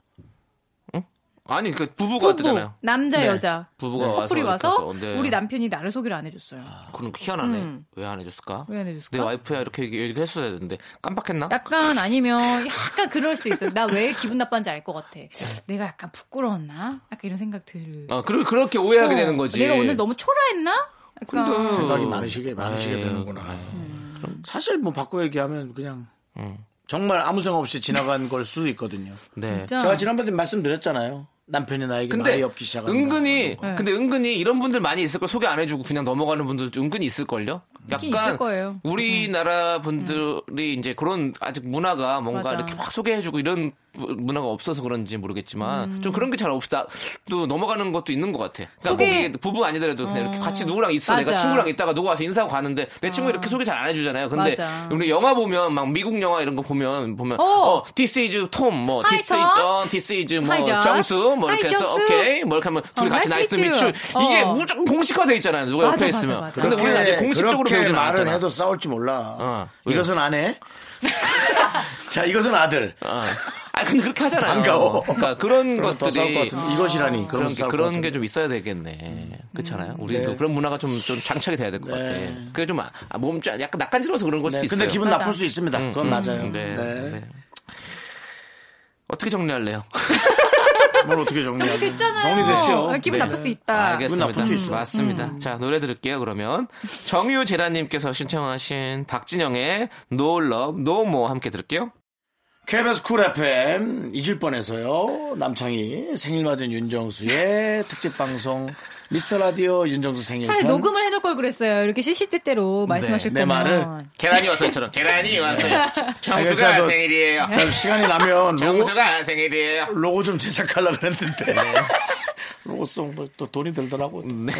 Speaker 3: 아니 그 부부가
Speaker 8: 부부
Speaker 3: 왔잖아요.
Speaker 8: 남자
Speaker 2: 네.
Speaker 8: 여자
Speaker 3: 부부가 와서
Speaker 8: 커플이
Speaker 3: 이렇게
Speaker 8: 와서
Speaker 3: 해서, 네.
Speaker 8: 우리 남편이 나를 소개를 안 해줬어요.
Speaker 3: 그럼 희한하네.
Speaker 8: 음.
Speaker 3: 왜 안 해줬을까?
Speaker 8: 왜 안 해줬을까?
Speaker 3: 내 와이프야 이렇게 얘기했어야 되는데 깜빡했나?
Speaker 8: 약간 아니면 약간 그럴 수 있어. 요 나 왜 기분 나빠는지 알 것 같아. 내가 약간 부끄러웠나? 약간 이런 생각 들.
Speaker 3: 어, 그러, 그렇게 오해하게
Speaker 8: 어,
Speaker 3: 되는 거지.
Speaker 8: 내가 오늘 너무 초라했나? 약간
Speaker 2: 생각이 많으시게 많으시게
Speaker 3: 아유,
Speaker 2: 되는구나. 사실 뭐 바꿔 얘기하면 그냥
Speaker 3: 음.
Speaker 2: 정말 아무 생각 없이 지나간 걸 수도 있거든요.
Speaker 3: 네.
Speaker 8: 진짜
Speaker 2: 제가 지난번에 말씀드렸잖아요. 남편이 나에게
Speaker 3: 근데
Speaker 2: 그러니까 말이 없기 시작한다.
Speaker 3: 은근히
Speaker 8: 네.
Speaker 3: 근데 은근히 이런 분들 많이 있을 걸 소개 안 해주고 그냥 넘어가는 분들 좀 은근히 있을 걸요. 약간
Speaker 8: 있긴 있을 거예요.
Speaker 3: 우리나라 분들이 이제 그런 아직 문화가 뭔가
Speaker 8: 맞아.
Speaker 3: 이렇게 막 소개해주고 이런 문화가 없어서 그런지 모르겠지만
Speaker 8: 음.
Speaker 3: 좀 그런 게 잘 없다 또 넘어가는 것도 있는 것 같아. 그러니까 뭐
Speaker 8: 소개-
Speaker 3: 이게 부부 아니더라도 그냥 이렇게 같이 누구랑 있어 내가
Speaker 8: 맞아. 어.
Speaker 3: 친구랑 있다가 누구 와서 인사하고 가는데 내 친구 이렇게 소개 잘 안 해주잖아요. 근데
Speaker 8: 맞아.
Speaker 3: 우리 영화 보면 막 미국 영화 이런 거 보면 보면
Speaker 8: 어.
Speaker 3: 어 this is Tom 뭐
Speaker 8: Hi,
Speaker 3: this
Speaker 8: Tom.
Speaker 3: is 어, this is 뭐
Speaker 8: Hi, John.
Speaker 3: 정수 뭐 이렇게
Speaker 8: Hi,
Speaker 3: 해서
Speaker 8: 정수.
Speaker 3: 오케이 뭐 이렇게 하면 둘이
Speaker 8: 어,
Speaker 3: 같이
Speaker 8: nice
Speaker 3: 나이스
Speaker 8: to meet
Speaker 3: 미츠
Speaker 8: you.
Speaker 3: 이게
Speaker 8: 어.
Speaker 3: 무조건 공식화돼 있잖아요 누가 옆에
Speaker 8: 맞아, 맞아,
Speaker 3: 있으면
Speaker 8: 맞아.
Speaker 3: 근데 우리는 아직 공식적으로
Speaker 2: 그렇게
Speaker 3: 배우진
Speaker 2: 말을
Speaker 3: 않았잖아
Speaker 2: 해도 싸울지 몰라.
Speaker 3: 어, 왜요?
Speaker 2: 이것은 아내. 자, 이것은 아들.
Speaker 3: 어. 아 근데 그렇게 하잖아요
Speaker 2: 반가워.
Speaker 3: 그러니까 그런
Speaker 2: 그럼 더 싸울 것
Speaker 3: 것들이
Speaker 2: 같은데. 이것이라니. 그럼
Speaker 3: 그런 게,
Speaker 2: 싸울 것
Speaker 3: 그런
Speaker 2: 같은데. 음,
Speaker 3: 게 좀 있어야 되겠네 그렇잖아요 우리도 그런 문화가 좀, 좀 장착이 돼야 될 것 같아 그게 좀몸좀 아, 몸좀 약간 낯간지러워서 그런 것도
Speaker 2: 네,
Speaker 3: 있어요
Speaker 2: 근데 기분
Speaker 8: 맞아.
Speaker 2: 나쁠 수 있습니다. 그건 맞아요. 네.
Speaker 3: 네, 네. 어떻게 정리할래요?
Speaker 2: 뭘 어떻게 정리하지?
Speaker 8: 정리됐잖아요. 어,
Speaker 2: 정리됐죠.
Speaker 8: 기분
Speaker 3: 네.
Speaker 8: 나쁠 수 있다.
Speaker 3: 알겠습니다.
Speaker 2: 기분 나쁠 수 있어.
Speaker 3: 맞습니다.
Speaker 8: 음.
Speaker 3: 자, 노래 들을게요, 그러면. 정유재라님께서 신청하신 박진영의 No Love, No More 함께 들을게요.
Speaker 2: KBS 쿨 FM 잊을 뻔해서요. 남창희 생일 맞은 윤정수의 특집 방송 미스터 라디오 윤정수 생일
Speaker 8: 차라리 녹음을 해놓을 걸 그랬어요. 이렇게
Speaker 3: 네.
Speaker 8: 시시때때로 말씀하실
Speaker 2: 내
Speaker 8: 거면.
Speaker 2: 말을.
Speaker 3: 계란이 왔어요처럼 계란이 왔어요.
Speaker 2: 정수가
Speaker 3: 정수가 생일이에요.
Speaker 8: 네.
Speaker 2: 자, 시간이 나면 로고,
Speaker 3: 정수가 네. 생일이에요.
Speaker 2: 로고 좀 제작하려고 그랬는데 로고송 뭐또 돈이 들더라고. 네.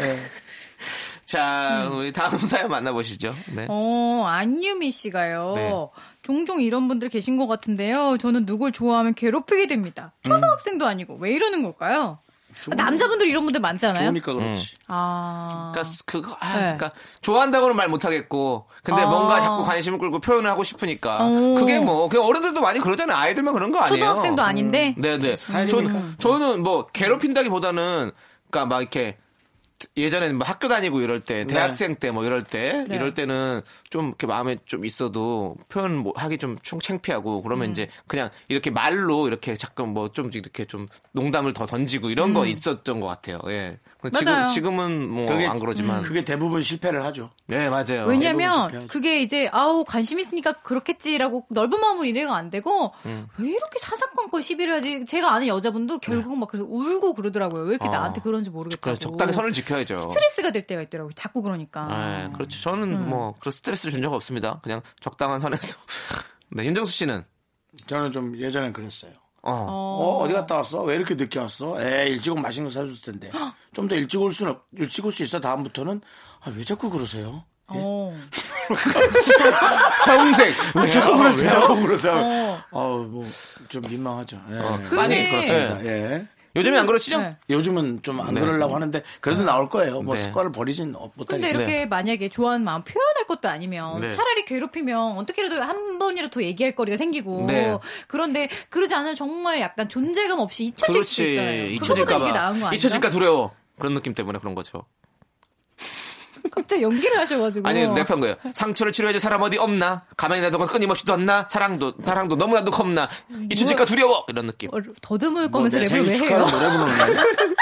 Speaker 3: 자, 우리 다음 사연 만나보시죠. 네.
Speaker 8: 어, 안유미 씨가요.
Speaker 3: 네.
Speaker 8: 종종 이런 분들 계신 것 같은데요. 저는 누굴 좋아하면 괴롭히게 됩니다.
Speaker 3: 음.
Speaker 8: 초등학생도 아니고 왜 이러는 걸까요? 아, 남자분들 이런 분들 많잖아요.
Speaker 2: 좋으니까 그러니까 그렇지.
Speaker 8: 아,
Speaker 3: 그러니까 스- 그거 아,
Speaker 8: 네.
Speaker 3: 그러니까 좋아한다고는 말 못하겠고 근데
Speaker 8: 아.
Speaker 3: 뭔가 자꾸 관심을 끌고 표현을 하고 싶으니까
Speaker 8: 오.
Speaker 3: 그게 뭐 그냥 어른들도 많이 그러잖아요 아이들만 그런 거 아니에요?
Speaker 8: 초등학생도 아닌데
Speaker 3: 네네. 전, 저는 뭐 괴롭힌다기보다는 그러니까 막 이렇게 예전에는 뭐 학교 다니고 이럴 때 대학생 때 뭐 이럴 때
Speaker 8: 네.
Speaker 3: 이럴 때는 좀 이렇게 마음에 좀 있어도 표현 뭐 하기 좀 충- 창피하고 그러면
Speaker 8: 음.
Speaker 3: 이제 그냥 이렇게 말로 이렇게 잠깐 뭐 좀 이렇게 좀 농담을 더 던지고 이런 거 있었던 것 같아요. 예. 근데
Speaker 8: 음. 맞아요.
Speaker 3: 지금 지금은 뭐 안 그러지만
Speaker 2: 그게 대부분 실패를 하죠.
Speaker 3: 네, 맞아요.
Speaker 2: 대부분
Speaker 8: 음. 왜냐면
Speaker 2: 실패하죠.
Speaker 8: 그게 이제 아우 관심 있으니까 그렇겠지라고 넓은 마음으로 이해가 안 되고
Speaker 3: 음.
Speaker 8: 왜 이렇게 사사건건 시비를 하지 제가 아는 여자분도 결국 막 그래서 울고 그러더라고요 왜 이렇게
Speaker 3: 어.
Speaker 8: 나한테 그런지
Speaker 3: 네.
Speaker 8: 모르겠다고
Speaker 3: 그래 적당히 선을 지켜야죠.
Speaker 8: 스트레스가 음. 될 때가 있더라고요 자꾸 그러니까
Speaker 3: 네, 그렇죠. 저는 뭐 그런 스트레스 준 적 없습니다. 그냥 적당한 선에서. 네, 윤정수 씨는
Speaker 2: 저는 좀 예전엔 그랬어요.
Speaker 3: 어.
Speaker 2: 어, 어디 갔다 왔어? 왜 이렇게 늦게 왔어? 에 일찍 오면 맛있는 거 사줄 텐데. 좀 더 일찍 올 수는, 없- 일찍 올 수 있어. 다음부터는. 아, 왜 자꾸 그러세요?
Speaker 8: 어.
Speaker 3: 평생
Speaker 2: 왜 자꾸 그러세요? 왜 자꾸 그러세요?
Speaker 8: 어.
Speaker 2: 어, 뭐, 좀 민망하죠. 예.
Speaker 8: 근데-
Speaker 2: 그렇습니다. 예.
Speaker 3: 요즘에 안 그러시죠?
Speaker 8: 네.
Speaker 2: 요즘은 좀 안 그러려고 하는데, 그래도 나올 거예요. 뭐,
Speaker 3: 네.
Speaker 2: 습관을 버리진 어-
Speaker 8: 근데
Speaker 2: 못하겠네.
Speaker 8: 이렇게 만약에 좋아하는 마음 표현할 것도 아니면
Speaker 3: 네.
Speaker 8: 차라리 괴롭히면 어떻게라도 한 번이라도 더 얘기할 거리가 생기고
Speaker 3: 네.
Speaker 8: 그런데 그러지 않으면 정말 약간 존재감 없이 잊혀질 수도 있잖아요.
Speaker 3: 그렇지. 잊혀질까
Speaker 8: 그거보다 이게 나은 거
Speaker 3: 봐.
Speaker 8: 아닌가?
Speaker 3: 잊혀질까 두려워. 그런 느낌 때문에 그런 거죠.
Speaker 8: 갑자기 연기를 하셔가지고
Speaker 3: 아니 랩한 거예요. 상처를 치료해줄 사람 어디 없나? 가만히 놔두고 끊임없이 뒀나? 사랑도 사랑도 너무나도 겁나.
Speaker 8: 뭐.
Speaker 3: 잊혀질까 두려워. 이런 느낌.
Speaker 8: 어, 더듬을
Speaker 2: 뭐,
Speaker 8: 거면서
Speaker 2: 내
Speaker 8: 랩을
Speaker 2: 생일
Speaker 8: 왜
Speaker 2: 축하하는
Speaker 8: 해요?
Speaker 2: 노래 부르는 거예요?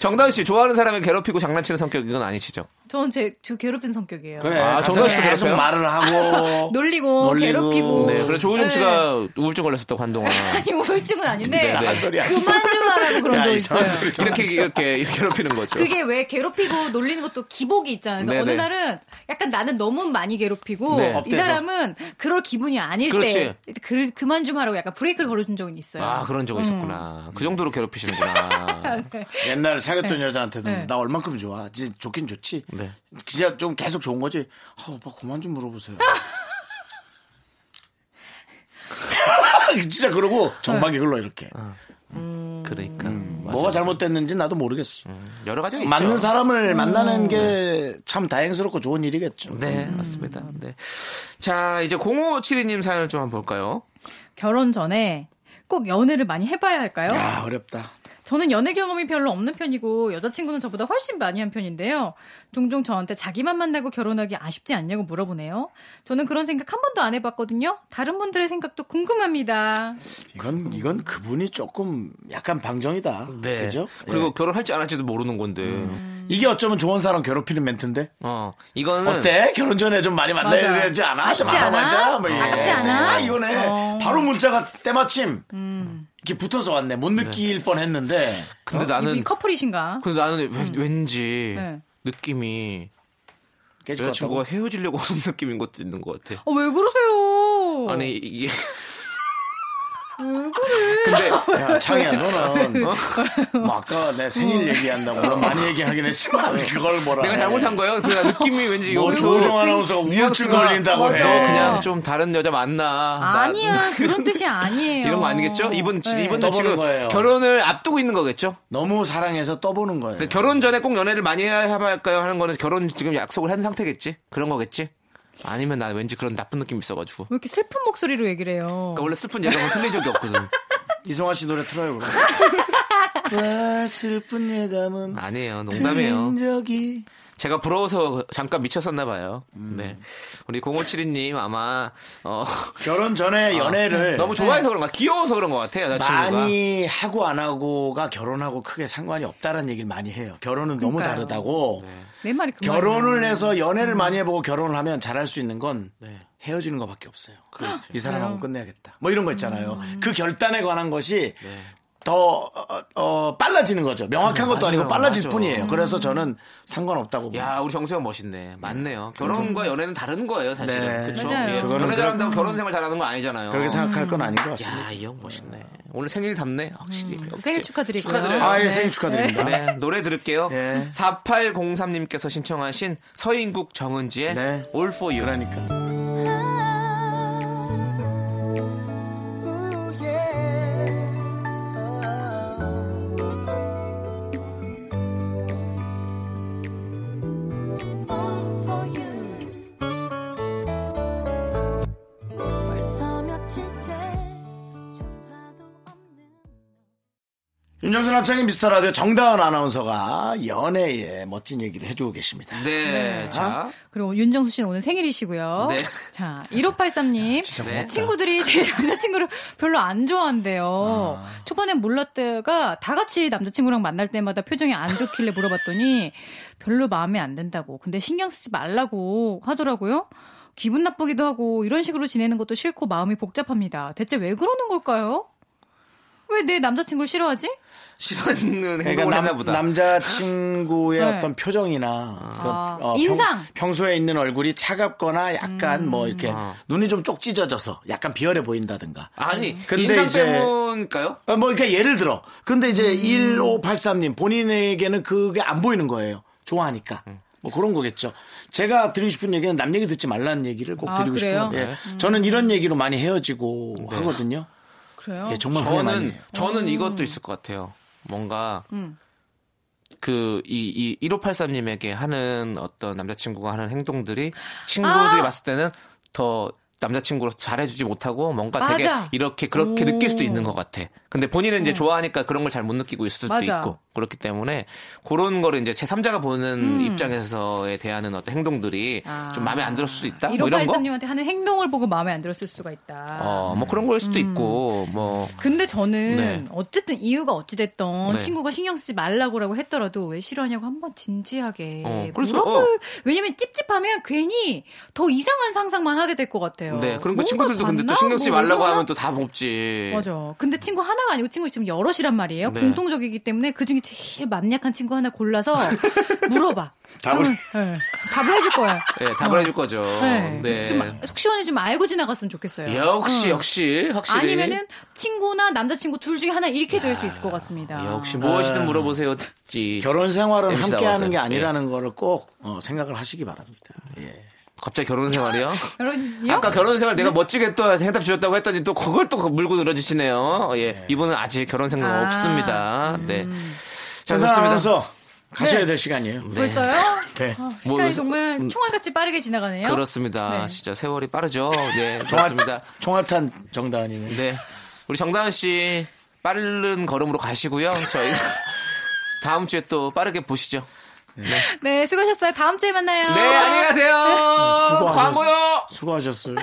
Speaker 3: 정다은 씨 좋아하는 사람을 괴롭히고 장난치는 성격인 건 아니시죠?
Speaker 8: 저는 제, 저 괴롭힌 성격이에요.
Speaker 2: 그래.
Speaker 3: 아,
Speaker 2: 가서
Speaker 3: 정다은 씨도
Speaker 2: 계속
Speaker 3: 그러세요?
Speaker 2: 말을 하고.
Speaker 8: 놀리고,
Speaker 2: 놀리고.
Speaker 8: 괴롭히고. 네.
Speaker 3: 네.
Speaker 2: 오.
Speaker 3: 그래 조우정 씨가 우울증 걸렸었다고 한동안.
Speaker 8: 아니 우울증은 아닌데
Speaker 3: 네,
Speaker 2: 한 소리 하지.
Speaker 8: 그만 좀 하라고 그런
Speaker 2: 야,
Speaker 8: 적
Speaker 2: 이상한
Speaker 8: 있어요.
Speaker 2: 소리 좀
Speaker 3: 이렇게 이렇게 괴롭히는 거죠.
Speaker 8: 그게 왜 괴롭히고 놀리는 것도 기복이 있잖아요. 그래서
Speaker 3: 네네.
Speaker 8: 어느 날은 약간 나는 너무 많이 괴롭히고
Speaker 3: 네.
Speaker 8: 이
Speaker 2: 업돼서.
Speaker 8: 사람은 그럴 기분이 아닐
Speaker 3: 그렇지.
Speaker 8: 때 그, 그만 좀 하라고 약간 브레이크를 걸어준 적은 있어요.
Speaker 3: 아 그런
Speaker 8: 음.
Speaker 3: 적 있었구나. 그 정도로 괴롭히시는구나.
Speaker 2: 옛날에 사귀었던 여자한테도
Speaker 8: 네.
Speaker 2: 나 얼만큼 좋아? 지- 좋긴 좋지.
Speaker 3: 네.
Speaker 2: 진짜 좀 계속 좋은 거지. 아, 오빠 그만 좀 물어보세요. 진짜 그러고
Speaker 8: 네.
Speaker 2: 정박이 흘러 이렇게.
Speaker 3: 아,
Speaker 8: 음.
Speaker 3: 그러니까
Speaker 2: 뭐가 잘못됐는지 나도
Speaker 3: 음.
Speaker 2: 모르겠어.
Speaker 3: 여러 가지가 있죠.
Speaker 2: 맞는 사람을
Speaker 8: 음.
Speaker 2: 만나는 게 참 다행스럽고 좋은 일이겠죠.
Speaker 3: 네, 맞습니다. 네. 자, 이제 0572님 사연을 좀 한번 볼까요?
Speaker 8: 결혼 전에 꼭 연애를 많이 해봐야 할까요?
Speaker 2: 야 어렵다.
Speaker 8: 저는 연애 경험이 별로 없는 편이고 여자친구는 저보다 훨씬 많이 한 편인데요. 종종 저한테 자기만 만나고 결혼하기 아쉽지 않냐고 물어보네요. 저는 그런 생각 한 번도 안 해봤거든요. 다른 분들의 생각도 궁금합니다.
Speaker 2: 이건 이건 그분이 조금 약간 방정이다. 그죠?
Speaker 3: 네. 그리고
Speaker 2: 예.
Speaker 3: 결혼할지 안 할지도 모르는 건데. 음.
Speaker 2: 이게 어쩌면 좋은 사람 괴롭히는 멘트인데.
Speaker 3: 어, 이거는
Speaker 2: 어때? 결혼 전에 좀 많이 만나야
Speaker 8: 맞아.
Speaker 2: 되지 않아?
Speaker 8: 아깝지 않아?
Speaker 2: 만나봤자 뭐 이게.
Speaker 8: 아깝지 않아?
Speaker 2: 아, 이거네.
Speaker 8: 어. 음.
Speaker 2: 바로 문자가 때마침 이렇게 붙어서 왔네. 못 느낄 뻔했는데.
Speaker 3: 근데
Speaker 8: 이분이
Speaker 3: 나는 그
Speaker 8: 커플이신가?
Speaker 3: 근데 나는 왜- 왠지
Speaker 8: 네.
Speaker 3: 느낌이
Speaker 2: 깨질 것
Speaker 3: 여자친구가 헤어지려고 하는 느낌인 것도 있는 것 같아.
Speaker 8: 어, 왜 그러세요?
Speaker 3: 아니 이게
Speaker 8: 왜 그래?
Speaker 3: 근데
Speaker 2: 같다고? 야, 창이야, 너는. 어? 뭐 아까 내 생일 얘기한다고. 물론 많이 얘기하긴 했지만, 그걸 뭐라.
Speaker 3: 어. 내가
Speaker 2: 해.
Speaker 3: 잘못한 거예요. 그 느낌이 왠지
Speaker 2: 뭐
Speaker 3: 여기서
Speaker 2: 아, 조종 아나운서가 우울증
Speaker 3: 뉘앙스가
Speaker 2: 걸린다고 해.
Speaker 8: 맞아.
Speaker 3: 너 그냥 좀 다른 여자 만나. 나-
Speaker 8: 아니야 그런 뜻이 아니에요.
Speaker 3: 이런 거 아니겠죠? 이분
Speaker 8: 네.
Speaker 3: 이분도
Speaker 2: 떠보는
Speaker 3: 지금
Speaker 2: 거예요.
Speaker 3: 결혼을 앞두고 있는 거겠죠?
Speaker 2: 너무 사랑해서 떠보는 거예요.
Speaker 3: 근데 결혼 전에 꼭 연애를 많이 해야 할까요 하는 거는 결혼 지금 약속을 한 상태겠지? 그런 거겠지? 아니면 나 왠지 그런 나쁜 느낌 이 있어가지고.
Speaker 8: 왜 이렇게 슬픈 목소리로 얘기를 해요?
Speaker 3: 그러니까 원래 슬픈 예감은 틀린 적이 없거든.
Speaker 2: 이성아 씨 노래 틀어요, 그럼. 와, 슬픈 예감은.
Speaker 3: 아니에요.
Speaker 2: 틀린
Speaker 3: 농담이에요.
Speaker 2: 적이
Speaker 3: 제가 부러워서 잠깐 미쳤었나 봐요.
Speaker 2: 음.
Speaker 3: 네. 우리 0572님 아마 어,
Speaker 2: 결혼 전에 연애를 네.
Speaker 3: 너무 좋아해서 그런가 귀여워서 그런 것 같아요. 여자친구가.
Speaker 2: 많이 하고 안 하고가 결혼하고 크게 상관이 없다라는 얘기를 많이 해요. 결혼은 너무
Speaker 8: 그러니까요.
Speaker 2: 다르다고.
Speaker 3: 네.
Speaker 8: 내 말이 그
Speaker 2: 결혼을
Speaker 8: 말이야.
Speaker 2: 해서 연애를 많이 해보고 결혼을 하면 잘할 수 있는 건
Speaker 3: 음. 네.
Speaker 2: 헤어지는 것밖에 없어요.
Speaker 3: 그렇죠. 음.
Speaker 2: 이 사람하고 끝내야겠다. 뭐 이런 거 있잖아요. 그 결단에 관한 것이
Speaker 3: 네.
Speaker 2: 더 어, 어, 빨라지는 거죠. 명확한 것도 아니고
Speaker 3: 맞아요.
Speaker 2: 빨라질
Speaker 3: 맞아.
Speaker 2: 뿐이에요. 그래서 저는 상관없다고 봐요.
Speaker 3: 야, 우리 정수영 멋있네. 맞네요. 결혼과 연애는 다른 거예요, 사실은.
Speaker 2: 음. 네.
Speaker 3: 그렇죠.
Speaker 8: 맞아요.
Speaker 2: 그거는
Speaker 3: 연애 잘한다고 결혼 생활 잘하는 건 아니잖아요.
Speaker 2: 그렇게 생각할 건 아닌 것 같습니다.
Speaker 3: 야, 이 형 멋있네. 오늘 생일 답네, 확실히. 역시.
Speaker 8: 음. 생일 축하드리고요.
Speaker 3: 축하드려요.
Speaker 2: 아, 예,
Speaker 8: 네.
Speaker 2: 생일 축하드립니다.
Speaker 3: 네, 노래 들을게요.
Speaker 2: 예.
Speaker 3: 4803님께서 신청하신 서인국 정은지의
Speaker 2: 네.
Speaker 3: All for You. 그러니까.
Speaker 5: 벌써 며칠째 전화도 없는
Speaker 2: 윤정수 남창의 미스터 라디오 정다은 아나운서가 연애에 멋진 얘기를 해주고 계십니다.
Speaker 3: 네, 자.
Speaker 8: 그리고 윤정수 씨는 오늘 생일이시고요.
Speaker 3: 네.
Speaker 8: 자, 1583님.
Speaker 3: 네.
Speaker 8: 친구들이 제 남자친구를 별로 안 좋아한대요. 초반엔 몰랐다가 다 같이 남자친구랑 만날 때마다 표정이 안 좋길래 물어봤더니 별로 마음에 안 든다고. 근데 신경 쓰지 말라고 하더라고요. 기분 나쁘기도 하고 이런 식으로 지내는 것도 싫고 마음이 복잡합니다. 대체 왜 그러는 걸까요? 왜 내 남자친구를 싫어하지?
Speaker 3: 싫어하는 행동을
Speaker 2: 그러니까
Speaker 3: 했나 보다.
Speaker 2: 남, 자친구의
Speaker 8: 네. 아.
Speaker 2: 어떤 표정이나 그,
Speaker 8: 인상! 음.
Speaker 2: 평, 소에 있는 얼굴이 차갑거나 약간 뭐 이렇게
Speaker 3: 아.
Speaker 2: 눈이 좀 쪽 찢어져서 약간 비열해 보인다든가.
Speaker 3: 아니,
Speaker 2: 근데
Speaker 3: 인상
Speaker 2: 이제-
Speaker 3: 때문일까요?
Speaker 2: 어, 뭐 그러니까 예를 들어. 근데 이제
Speaker 8: 음.
Speaker 2: 1583님 본인에게는 그게 안 보이는 거예요. 좋아하니까.
Speaker 3: 음.
Speaker 2: 뭐 그런 거겠죠. 제가 드리고 싶은 얘기는 남 얘기 듣지 말라는 얘기를 꼭
Speaker 8: 아,
Speaker 2: 드리고 싶어요.
Speaker 8: 그래요?
Speaker 2: 예.
Speaker 3: 네.
Speaker 2: 저는 이런 얘기로 많이 헤어지고 하거든요.
Speaker 8: 그래요?
Speaker 2: 예, 정말 후회 많이
Speaker 3: 저는
Speaker 2: 해요.
Speaker 8: 음.
Speaker 3: 저는 이것도 있을 것 같아요. 뭔가 그이이 1583님에게 하는 어떤 남자친구가 하는 행동들이 친구들이
Speaker 8: 아!
Speaker 3: 봤을 때는 더 남자친구로 잘해주지 못하고 뭔가
Speaker 8: 맞아.
Speaker 3: 되게 이렇게 그렇게
Speaker 8: 오.
Speaker 3: 느낄 수도 있는 것 같아. 근데 본인은 이제 좋아하니까 그런 걸 잘 못 느끼고 있을 수도
Speaker 8: 맞아.
Speaker 3: 있고 그렇기 때문에 그런 거를 이제 제 3자가 보는 입장에서에 대하는 어떤 행동들이
Speaker 8: 음. 아.
Speaker 3: 좀 마음에 안 들었을 수도 있다. 뭐 이런 거.
Speaker 8: 1583님한테 하는 행동을 보고 마음에 안 들었을 수가 있다.
Speaker 3: 어, 뭐 그런 거일
Speaker 8: 음.
Speaker 3: 수도 있고 뭐
Speaker 8: 근데 저는
Speaker 3: 네.
Speaker 8: 어쨌든 이유가 어찌됐던
Speaker 3: 네.
Speaker 8: 친구가 신경 쓰지 말라고라고 했더라도 왜 싫어하냐고 한번 진지하게
Speaker 3: 어, 그래서,
Speaker 8: 물어볼
Speaker 3: 어.
Speaker 8: 왜냐면 찝찝하면 괜히 더 이상한 상상만 하게 될 것 같아요.
Speaker 3: 네, 그런
Speaker 8: 뭔가
Speaker 3: 거 친구들도 근데 또
Speaker 8: 봤나?
Speaker 3: 신경 쓰지
Speaker 8: 뭐
Speaker 3: 말라고
Speaker 8: 이러나?
Speaker 3: 하면 또 다 먹지.
Speaker 8: 맞아. 근데 친구 하나가 아니고 친구 지금 여럿이란 말이에요.
Speaker 3: 네.
Speaker 8: 공통적이기 때문에 그 중에 제일 만약한 친구 하나 골라서 물어봐.
Speaker 2: 답을-
Speaker 8: 그러면, 네, 답을 해줄 거야.
Speaker 3: 예, 답을 해줄 거죠.
Speaker 8: 네.
Speaker 3: 네.
Speaker 8: 속 시원해지면 알고 지나갔으면 좋겠어요.
Speaker 3: 역시,
Speaker 8: 응.
Speaker 3: 역시, 확실히.
Speaker 8: 아니면은 친구나 남자친구 둘 중에 하나 이렇게 될 수 있을 것 같습니다.
Speaker 3: 역시 무엇이든
Speaker 8: 네.
Speaker 3: 물어보세요. 듣지.
Speaker 2: 결혼 생활은
Speaker 3: MC
Speaker 2: 함께 하는
Speaker 3: 나왔어요. 예.
Speaker 2: 게 아니라는 거를 꼭 어, 생각을 하시기 바랍니다. 예.
Speaker 3: 갑자기 결혼 생활이요?
Speaker 8: 결혼이요? 네.
Speaker 3: 아까 결혼 생활 내가 멋지게 또 해답 주셨다고 했더니 또 그걸 또 물고 늘어지시네요. 예. 이분은 아직 결혼 생각
Speaker 8: 아. 음.
Speaker 3: 없습니다. 네. 자,
Speaker 2: 정답
Speaker 3: 좋습니다. 네.
Speaker 2: 아나운서 가셔야 될 시간이에요.
Speaker 8: 벌써요?
Speaker 2: 네.
Speaker 3: 뭐,
Speaker 8: 시간이 정말 총알같이 빠르게 지나가네요.
Speaker 3: 그렇습니다.
Speaker 8: 네.
Speaker 3: 진짜 세월이 빠르죠. 네. 좋습니다.
Speaker 2: 총알탄 정다은이는
Speaker 3: 네. 우리 정다은 씨 빠른 걸음으로 가시고요. 저희 다음 주에 또 빠르게 보시죠.
Speaker 8: 네, 수고하셨어요. 다음 주에 만나요.
Speaker 3: 네, 안녕히 가세요.
Speaker 2: 수고하셨-
Speaker 3: 광고요.
Speaker 2: 수고하셨어요.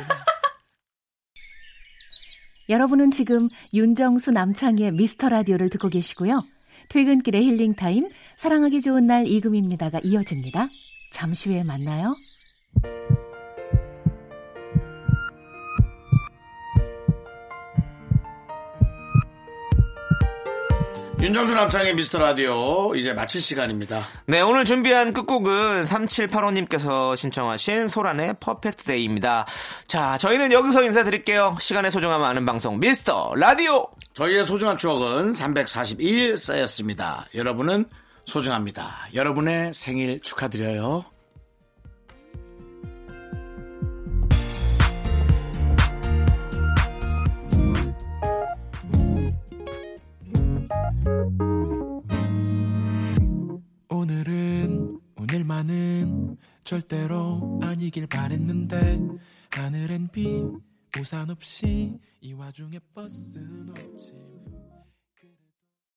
Speaker 9: 여러분은 지금 윤정수 남창희의 미스터 라디오를 듣고 계시고요. 퇴근길의 힐링 타임, 사랑하기 좋은 날 이금입니다가 이어집니다. 잠시 후에 만나요.
Speaker 2: 윤정수 남창의 미스터 라디오 이제 마칠 시간입니다.
Speaker 3: 네, 오늘 준비한 끝곡은 3785님께서 신청하신 소란의 퍼펙트 데이입니다. 자, 저희는 여기서 인사드릴게요. 시간의 소중함을 아는 방송, 미스터 라디오!
Speaker 2: 저희의 소중한 추억은 342일 쌓였습니다. 여러분은 소중합니다. 여러분의 생일 축하드려요.
Speaker 10: 오늘은 오늘만은 절대로 아니길 바랬는데 하늘엔 비 우산 없이 이 와중에 버스는 없지